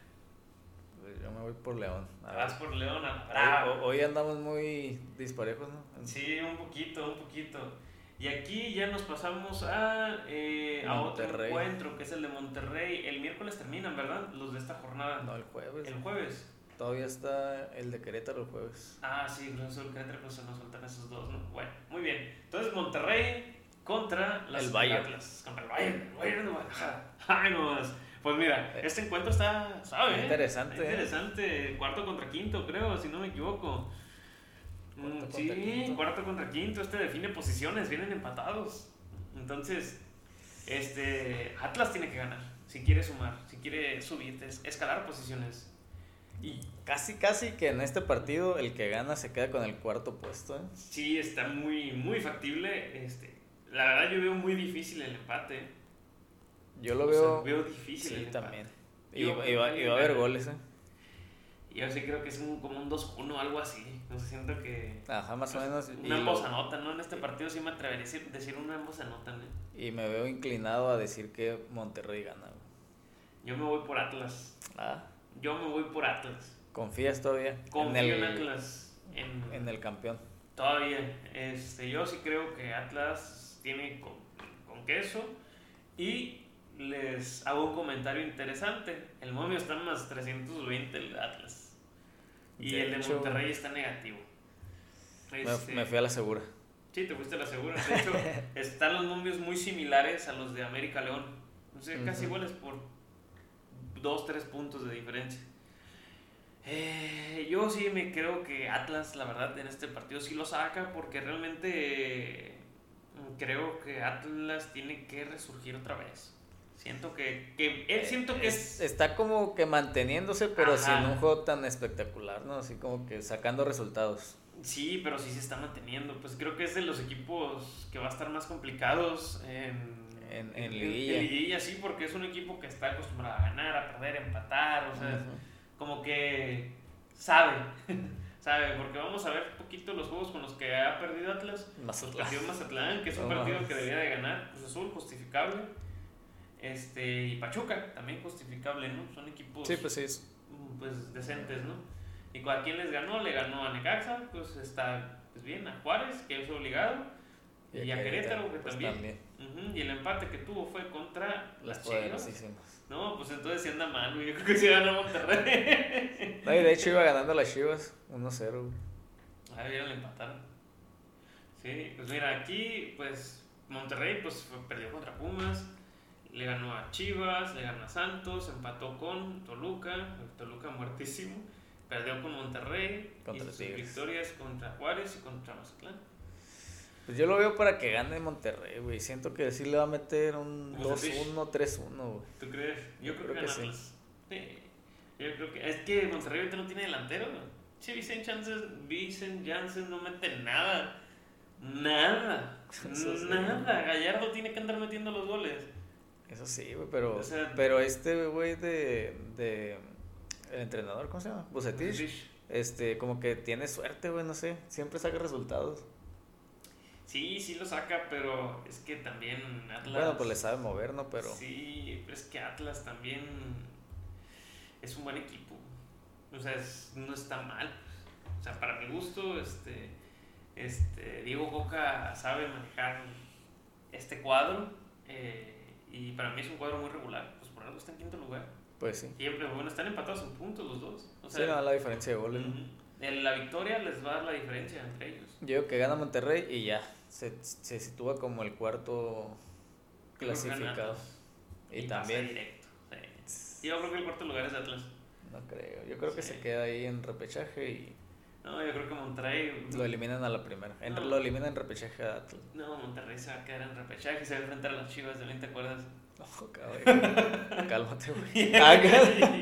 Speaker 2: Pues Yo me voy por León. A
Speaker 1: Vas
Speaker 2: ver.
Speaker 1: por León a
Speaker 2: Hoy, hoy andamos muy disparejos, ¿no?
Speaker 1: Sí, un poquito, un poquito. Y aquí ya nos pasamos a, eh, a otro
Speaker 2: Monterrey.
Speaker 1: encuentro que es el de Monterrey. El miércoles terminan, ¿verdad? Los de esta jornada.
Speaker 2: No, el jueves.
Speaker 1: El jueves.
Speaker 2: Todavía está el de Querétaro el jueves.
Speaker 1: Ah, sí, Cruz Azul, Querétaro, pues se nos faltan esos dos, ¿no? Bueno, muy bien. Entonces, Monterrey contra las
Speaker 2: El Bayern.
Speaker 1: Atlas. Contra el Bayern, el Bayern de Guadalajara. *laughs* Ay, no más. Pues mira, este encuentro está, ¿sabe? eh?
Speaker 2: Eh. Interesante,
Speaker 1: Está
Speaker 2: eh.
Speaker 1: Interesante. Cuarto contra quinto, creo, si no me equivoco. Mm,
Speaker 2: Cuarto
Speaker 1: sí,
Speaker 2: contra quinto.
Speaker 1: cuarto contra quinto. Este define posiciones, vienen empatados. Entonces, este, Atlas tiene que ganar. Si quiere sumar, si quiere subir, es- escalar posiciones. Y
Speaker 2: Casi, casi que en este partido el que gana se queda con el cuarto puesto. ¿eh?
Speaker 1: Sí, está muy, muy factible. Este, la verdad yo veo muy difícil el empate.
Speaker 2: Yo lo
Speaker 1: O sea,
Speaker 2: veo.
Speaker 1: veo difícil ¿eh? el
Speaker 2: sí,
Speaker 1: empate.
Speaker 2: también. Y,
Speaker 1: Yo
Speaker 2: y va,
Speaker 1: creo que
Speaker 2: y va a haber
Speaker 1: gana.
Speaker 2: goles, ¿eh?
Speaker 1: Y yo sí creo que es un- como un 2-1 o algo así. No sé, siento que...
Speaker 2: Ajá, más o menos. Y,
Speaker 1: Una
Speaker 2: lo-
Speaker 1: bosanota, ¿no? En este partido sí me atrevería a decir, decir una bosanota, ¿no?
Speaker 2: y me veo inclinado a decir que Monterrey gana. güey.
Speaker 1: Yo me voy por Atlas.
Speaker 2: Ah,
Speaker 1: Yo me voy por Atlas.
Speaker 2: ¿Confías todavía?
Speaker 1: Confío en,
Speaker 2: en el,
Speaker 1: Atlas. En,
Speaker 2: en el campeón.
Speaker 1: Todavía. Este, yo sí creo que Atlas tiene con, con queso. Y les hago un comentario interesante. El momio está en más 320 el Atlas. Y
Speaker 2: De
Speaker 1: el de
Speaker 2: hecho,
Speaker 1: Monterrey está negativo. Este,
Speaker 2: Me, me fui a la segura.
Speaker 1: Sí, te fuiste a la segura. De *laughs* hecho, están los momios muy similares a los de América León. No sé, casi
Speaker 2: Ujú.
Speaker 1: iguales por dos, tres puntos de diferencia. Eh, yo sí me creo que Atlas, la verdad, en este partido sí lo saca porque realmente eh, creo que Atlas tiene que resurgir otra vez. Siento que, que él siento que es,
Speaker 2: Está como que manteniéndose, pero
Speaker 1: Ajá.
Speaker 2: sin un juego tan espectacular, ¿no? Así como que sacando resultados.
Speaker 1: Sí, pero sí se está manteniendo. Pues creo que es de los equipos que va a estar más complicados en,
Speaker 2: En- en liguilla.
Speaker 1: en liguilla, sí, porque es un equipo que está acostumbrado a ganar, a perder, a empatar. O sea,
Speaker 2: Ujú.
Speaker 1: como que sabe. *laughs* sabe, porque vamos a ver poquito los juegos con los que ha perdido Atlas. Los
Speaker 2: Mazatlán.
Speaker 1: partidos Mazatlán, que es un
Speaker 2: No
Speaker 1: partido que
Speaker 2: mames.
Speaker 1: debía de ganar. Cruz Azul, justificable. Este, y Pachuca, también justificable, ¿no? Son equipos
Speaker 2: Sí, pues sí. es-
Speaker 1: mm, pues decentes, ¿no? Y a quién les ganó, le ganó a Necaxa, pues está pues bien, a Juárez, que es obligado, y, a Querétaro, que
Speaker 2: pues,
Speaker 1: también. Ujú, Y el empate que tuvo fue contra
Speaker 2: Las
Speaker 1: las Chivas.
Speaker 2: poderosísimas.
Speaker 1: No, pues entonces sí anda mal, güey. Yo creo que sí ganó *laughs* Monterrey.
Speaker 2: *laughs* No, y de hecho iba ganando las Chivas 1-0. güey.
Speaker 1: Ah, vieron, le empataron. Sí, pues mira, aquí, pues Monterrey, pues fue- perdió contra Pumas, le ganó a Chivas, le ganó a Santos, empató con Toluca, el Toluca muertísimo, perdió con Monterrey,
Speaker 2: Contra
Speaker 1: hizo sus
Speaker 2: Tigres.
Speaker 1: victorias contra Juárez y contra Mazatlán.
Speaker 2: Pues yo lo veo para que gane Monterrey, güey. Siento que sí le va a meter un
Speaker 1: Pues,
Speaker 2: 2-1, 3-1, güey.
Speaker 1: ¿Tú crees? Yo creo, que, ganamos. Sí. Yo creo que. Es que Monterrey ahorita no tiene delantero, güey. Che, Vicent Janssen, Vicent Janssen no mete nada. Nada.
Speaker 2: *laughs* Eso sí.
Speaker 1: Nada. Gallardo tiene que andar metiendo los goles.
Speaker 2: Eso sí, güey, pero,
Speaker 1: O sea-
Speaker 2: pero este güey de, de. El entrenador, ¿cómo se llama? Bucetich. Este, como que tiene suerte, güey, no sé. Siempre saca resultados.
Speaker 1: Sí, sí lo saca, pero es que también Atlas.
Speaker 2: Bueno, pues le sabe mover, ¿no? Pero.
Speaker 1: Sí, pero es que Atlas también es un buen equipo. O sea, es- no está mal. O sea, para mi gusto, este, este Diego Coca sabe manejar este cuadro. eh, y para mí es un cuadro muy regular. Pues por algo está en quinto lugar.
Speaker 2: Pues sí.
Speaker 1: Siempre, bueno, están empatados en puntos los dos. O
Speaker 2: sí, no,
Speaker 1: sea,
Speaker 2: la diferencia de goles. ¿no?
Speaker 1: ujú, en la victoria les va a dar la diferencia entre ellos.
Speaker 2: Yo digo que gana Monterrey y ya. Se, se sitúa como el cuarto clasificado. Y,
Speaker 1: pasa
Speaker 2: también.
Speaker 1: directo. sí. Yo creo que el cuarto lugar es Atlas.
Speaker 2: No creo. Yo creo que
Speaker 1: Sí.
Speaker 2: se queda ahí en repechaje y
Speaker 1: No, yo creo que Monterrey. mm,
Speaker 2: lo eliminan a la primera. En-
Speaker 1: No.
Speaker 2: Lo eliminan en repechaje a Atlas. *laughs*
Speaker 1: No, Monterrey se va a quedar en repechaje, se va a enfrentar a las Chivas, ¿de bien te acuerdas?
Speaker 2: Ojo, *laughs* cabrón. Cálmate,
Speaker 1: y
Speaker 2: *laughs* güey. Ah, cabrón.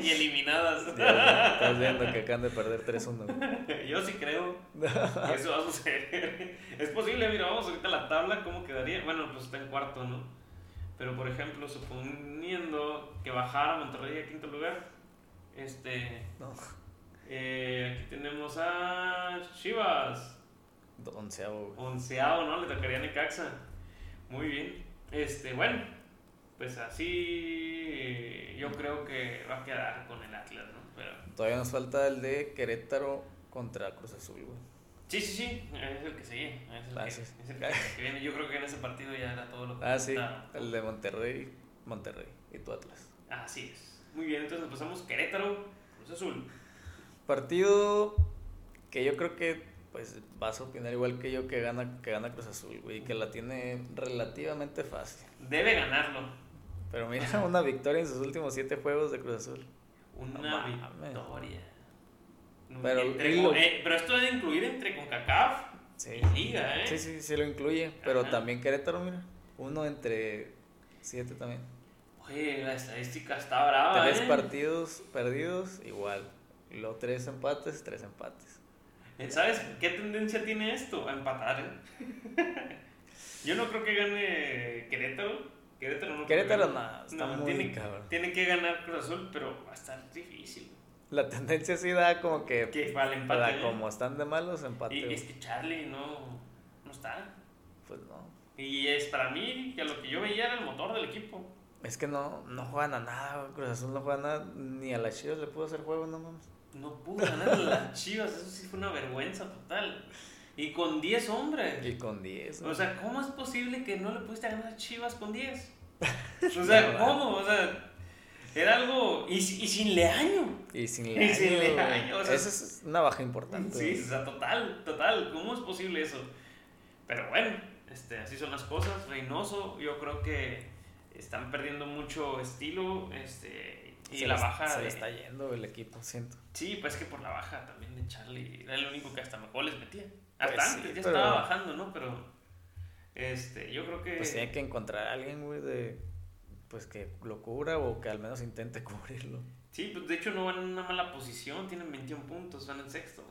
Speaker 1: *laughs* eliminadas.
Speaker 2: Dios, güey, Estás viendo que acaban de perder 3-1.
Speaker 1: *laughs*
Speaker 2: güey.
Speaker 1: Yo sí creo que eso va a suceder. *laughs* Es posible, mira, vamos ahorita a la tabla, ¿cómo quedaría? Bueno, pues está en cuarto, ¿no? Pero por ejemplo, suponiendo que bajara Monterrey a quinto lugar, este.
Speaker 2: No.
Speaker 1: eh, aquí tenemos a Chivas.
Speaker 2: Onceavo, güey.
Speaker 1: Onceavo, ¿no? Le tocaría a Necaxa. Muy bien. Este, bueno, pues así eh, yo creo que va a quedar con el Atlas, ¿no? Pero
Speaker 2: Todavía nos falta el de Querétaro contra Cruz Azul, güey.
Speaker 1: sí, sí, sí, es el que sigue. Es el, que,
Speaker 2: Gracias.
Speaker 1: es el que- que viene. Yo creo que en ese partido ya era todo lo que
Speaker 2: Ah, sí.
Speaker 1: faltaba.
Speaker 2: El de Monterrey. Monterrey. Y tu Atlas.
Speaker 1: Así es. Muy bien, entonces empezamos Querétaro, Cruz Azul.
Speaker 2: Partido que yo creo que pues vas a opinar igual que yo que gana que gana Cruz Azul, güey, y que la tiene relativamente fácil.
Speaker 1: Debe ganarlo.
Speaker 2: Pero mira, una victoria en sus últimos siete juegos de Cruz Azul.
Speaker 1: Una
Speaker 2: No mames.
Speaker 1: victoria.
Speaker 2: Pero-
Speaker 1: Entre
Speaker 2: y
Speaker 1: con-
Speaker 2: lo-
Speaker 1: eh, pero esto debe incluir entre CONCACAF
Speaker 2: Sí.
Speaker 1: y Liga, ¿eh?
Speaker 2: Sí, sí, sí lo incluye, pero
Speaker 1: Ajá.
Speaker 2: también Querétaro, mira, uno entre siete también.
Speaker 1: Oye, la estadística está brava.
Speaker 2: Tres
Speaker 1: ¿eh?
Speaker 2: partidos perdidos, igual. Y luego tres empates, tres empates.
Speaker 1: Eh, ¿Sabes qué tendencia tiene esto? A empatar.
Speaker 2: *laughs*
Speaker 1: ¿eh? Yo no creo que gane Querétaro. Querétaro no. creo que
Speaker 2: Querétaro
Speaker 1: gane.
Speaker 2: nada, está muy
Speaker 1: tiene,
Speaker 2: cabrón.
Speaker 1: tiene que ganar Cruz Azul, pero va a estar difícil.
Speaker 2: La tendencia sí da como que,
Speaker 1: Que para el empate.
Speaker 2: para
Speaker 1: ¿eh?
Speaker 2: como están de malos, empate.
Speaker 1: y, y
Speaker 2: güey.
Speaker 1: es que Charlie no, no está.
Speaker 2: Pues no.
Speaker 1: Y es para mí que lo que yo veía era el motor del equipo.
Speaker 2: Es que no, no juegan a nada, güey. Cruz Azul no juega a nada, ni a las Chivas le pudo hacer juego, no mames.
Speaker 1: No pudo ganar a
Speaker 2: *laughs*
Speaker 1: las Chivas, eso sí fue una vergüenza total. Y con 10 hombres.
Speaker 2: Y con 10.
Speaker 1: O
Speaker 2: güey.
Speaker 1: sea, ¿cómo es posible que no le pudiste ganar a Chivas con
Speaker 2: *laughs*
Speaker 1: 10? O
Speaker 2: La
Speaker 1: sea,
Speaker 2: verdad.
Speaker 1: ¿cómo? O sea, era algo. Y, si- y sin Leaño.
Speaker 2: y sin
Speaker 1: y
Speaker 2: Leaño,
Speaker 1: sin
Speaker 2: güey.
Speaker 1: Leaño, o sea-
Speaker 2: Esa es una baja importante.
Speaker 1: Sí,
Speaker 2: güey.
Speaker 1: o sea, total, total. ¿Cómo es posible eso? Pero bueno, este, así son las cosas. Reynoso, yo creo que están perdiendo mucho estilo. Este, y
Speaker 2: Se
Speaker 1: la
Speaker 2: le-
Speaker 1: baja.
Speaker 2: Se
Speaker 1: de-
Speaker 2: le está yendo el equipo, siento.
Speaker 1: Sí, pues que por la baja también de Charlie. Era el único que hasta mejor les metía. Hasta
Speaker 2: Pues sí,
Speaker 1: antes, ya
Speaker 2: pero-
Speaker 1: estaba bajando, ¿no? Pero. Este, yo creo que.
Speaker 2: Pues tiene que encontrar a alguien, güey, de. Pues que lo cubra o que al menos intente *laughs* cubrirlo.
Speaker 1: Sí, pues de hecho no van en una mala posición, tienen 21 puntos, van en sexto.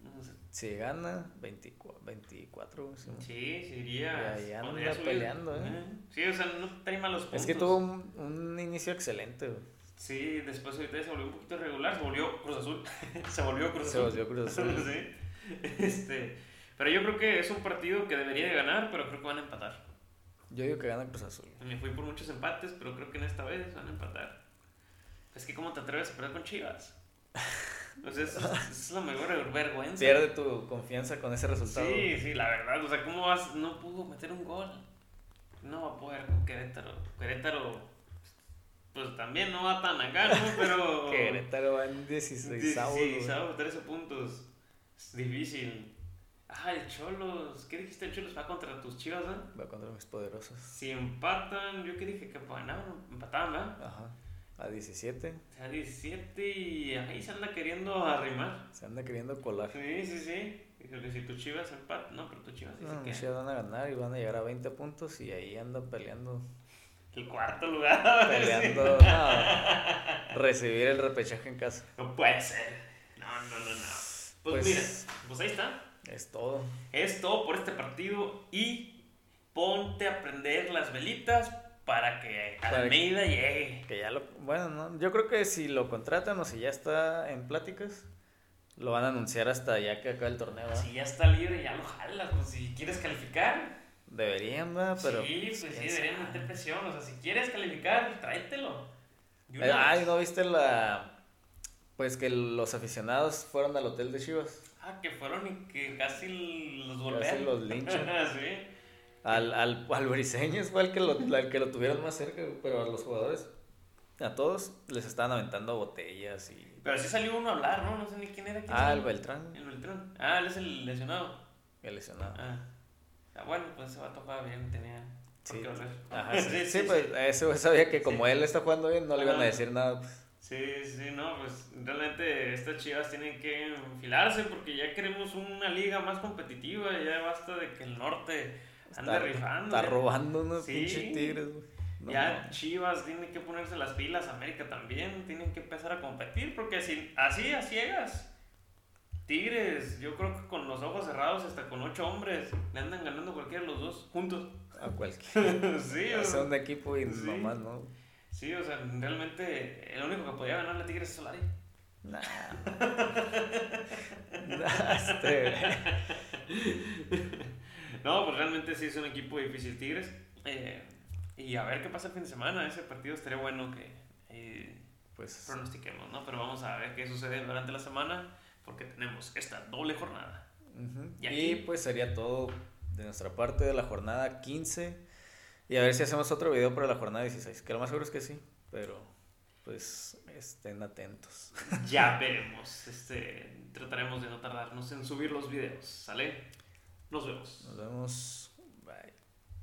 Speaker 1: No sé.
Speaker 2: Si gana, 24, 24 güey, sí, güey.
Speaker 1: Sí, sería.
Speaker 2: Ya- ya
Speaker 1: podría
Speaker 2: anda
Speaker 1: subir.
Speaker 2: peleando, ¿eh?
Speaker 1: Sí, o sea, no trae malos puntos.
Speaker 2: Es que tuvo un, un inicio excelente, güey.
Speaker 1: Sí, después ahorita se volvió un poquito irregular, se volvió Cruz Azul. *laughs* se volvió Cruz
Speaker 2: Se
Speaker 1: Azul.
Speaker 2: volvió Cruz Azul.
Speaker 1: *laughs* Sí. Este, pero yo creo que es un partido que debería de ganar, pero creo que van a empatar.
Speaker 2: Yo digo que gana Cruz Azul.
Speaker 1: Me fui por muchos empates, pero creo que en esta vez van a empatar. Es que, ¿cómo te atreves a perder con Chivas? Entonces, es, es la mejor vergüenza.
Speaker 2: Pierde tu confianza con ese resultado.
Speaker 1: Sí, sí, la verdad. O sea, ¿cómo vas? No pudo meter un gol. No va a poder con Querétaro. Querétaro, pues también no va tan acá, *laughs* ¿no? Pero.
Speaker 2: Querétaro va en 16
Speaker 1: Sí, sábado, 13 puntos. Es difícil. Ah, el Cholos. ¿Qué dijiste? El Cholos va contra tus chivas, ¿verdad?
Speaker 2: Va contra mis poderosos.
Speaker 1: Si empatan, yo que dije que ganaban, empataban, ¿verdad?
Speaker 2: Ajá. A 17.
Speaker 1: O sea, 17 y ahí se anda queriendo arrimar.
Speaker 2: Se anda queriendo colar.
Speaker 1: Sí, sí, sí. Dijo que si tus chivas empatan, no, pero tus Ah, chivas dice
Speaker 2: No,
Speaker 1: que. *laughs*
Speaker 2: sí, van a ganar y van a llegar a 20 puntos y ahí anda peleando.
Speaker 1: El cuarto lugar. *laughs* a ver si-
Speaker 2: Peleando. no. Recibir el repechaje en casa.
Speaker 1: No puede ser. No, no, no, no. Pues,
Speaker 2: Pues-
Speaker 1: mira, pues ahí está.
Speaker 2: Es todo.
Speaker 1: Es todo por este partido y ponte a prender las velitas para que
Speaker 2: Para
Speaker 1: Almeida llegue.
Speaker 2: Que ya lo. Bueno, no, yo creo que si lo contratan o si ya está en pláticas, lo van a anunciar hasta ya que acabe el torneo. ¿va?
Speaker 1: Si ya está libre, ya lo jalas. Pues si quieres calificar,
Speaker 2: Deberían, ¿va? Ah, pero.
Speaker 1: sí, pues sí,
Speaker 2: quién
Speaker 1: deberían meter presión. O sea, si quieres calificar, tráetelo. Y una
Speaker 2: Eh, Ay,
Speaker 1: vez.
Speaker 2: ¿no viste la. Pues que los aficionados fueron al hotel de Chivas?
Speaker 1: Ah, que fueron y que casi los
Speaker 2: Casi
Speaker 1: golpearon.
Speaker 2: los linchan.
Speaker 1: *laughs* sí.
Speaker 2: Al, al, al Briseño fue el que, lo, al que lo tuvieron más cerca, güey, pero a los jugadores, a todos, les estaban aventando botellas y.
Speaker 1: Pero sí salió uno a hablar, ¿no? No sé ni quién era. quién
Speaker 2: Ah,
Speaker 1: salió.
Speaker 2: el Beltrán,
Speaker 1: El Beltrán. Ah, él es el lesionado.
Speaker 2: el lesionado.
Speaker 1: Ah. Ah, bueno, pues ese vato jugaba bien, tenía por
Speaker 2: Sí.
Speaker 1: qué volver. *laughs*
Speaker 2: Ajá, sí, sí, pues ese güey sabía que como él está jugando bien, no le iban a
Speaker 1: Ajá.
Speaker 2: decir nada. pues.
Speaker 1: Sí, sí, no, pues realmente estas chivas tienen que enfilarse porque ya queremos una liga más competitiva, ya basta de que el norte ande
Speaker 2: Está,
Speaker 1: rifando.
Speaker 2: está
Speaker 1: ya.
Speaker 2: robando unos
Speaker 1: Sí.
Speaker 2: pinches tigres, güey. No,
Speaker 1: ya
Speaker 2: no.
Speaker 1: Chivas tiene que ponerse las pilas, América también, tienen que empezar a competir porque si, así a ciegas. Tigres, yo creo que con los ojos cerrados, hasta con ocho hombres, le andan ganando cualquiera de los dos juntos. *laughs*
Speaker 2: A cualquier.
Speaker 1: sí, o sea,
Speaker 2: Son de equipo y
Speaker 1: Sí.
Speaker 2: nomás, ¿no?
Speaker 1: sí, o sea, realmente el único que podía ganarle a Tigres es Solari.
Speaker 2: Nah. *laughs* Nah, este, güey.
Speaker 1: No, pues realmente sí es un equipo difícil Tigres. Eh, y a ver qué pasa el fin de semana. Ese partido estaría bueno que eh,
Speaker 2: Pues
Speaker 1: pronostiquemos, ¿no? Pero vamos a ver qué sucede durante la semana porque tenemos esta doble jornada.
Speaker 2: Ujú.
Speaker 1: ¿Y
Speaker 2: ¿Y,
Speaker 1: aquí?
Speaker 2: pues sería todo de nuestra parte de la jornada 15. Y a ver si hacemos otro video para la jornada 16. Que lo más seguro es que sí. Pero pues estén atentos.
Speaker 1: Ya veremos. Este, trataremos de no tardarnos en subir los videos. ¿Sale? Nos vemos.
Speaker 2: Nos vemos. Bye.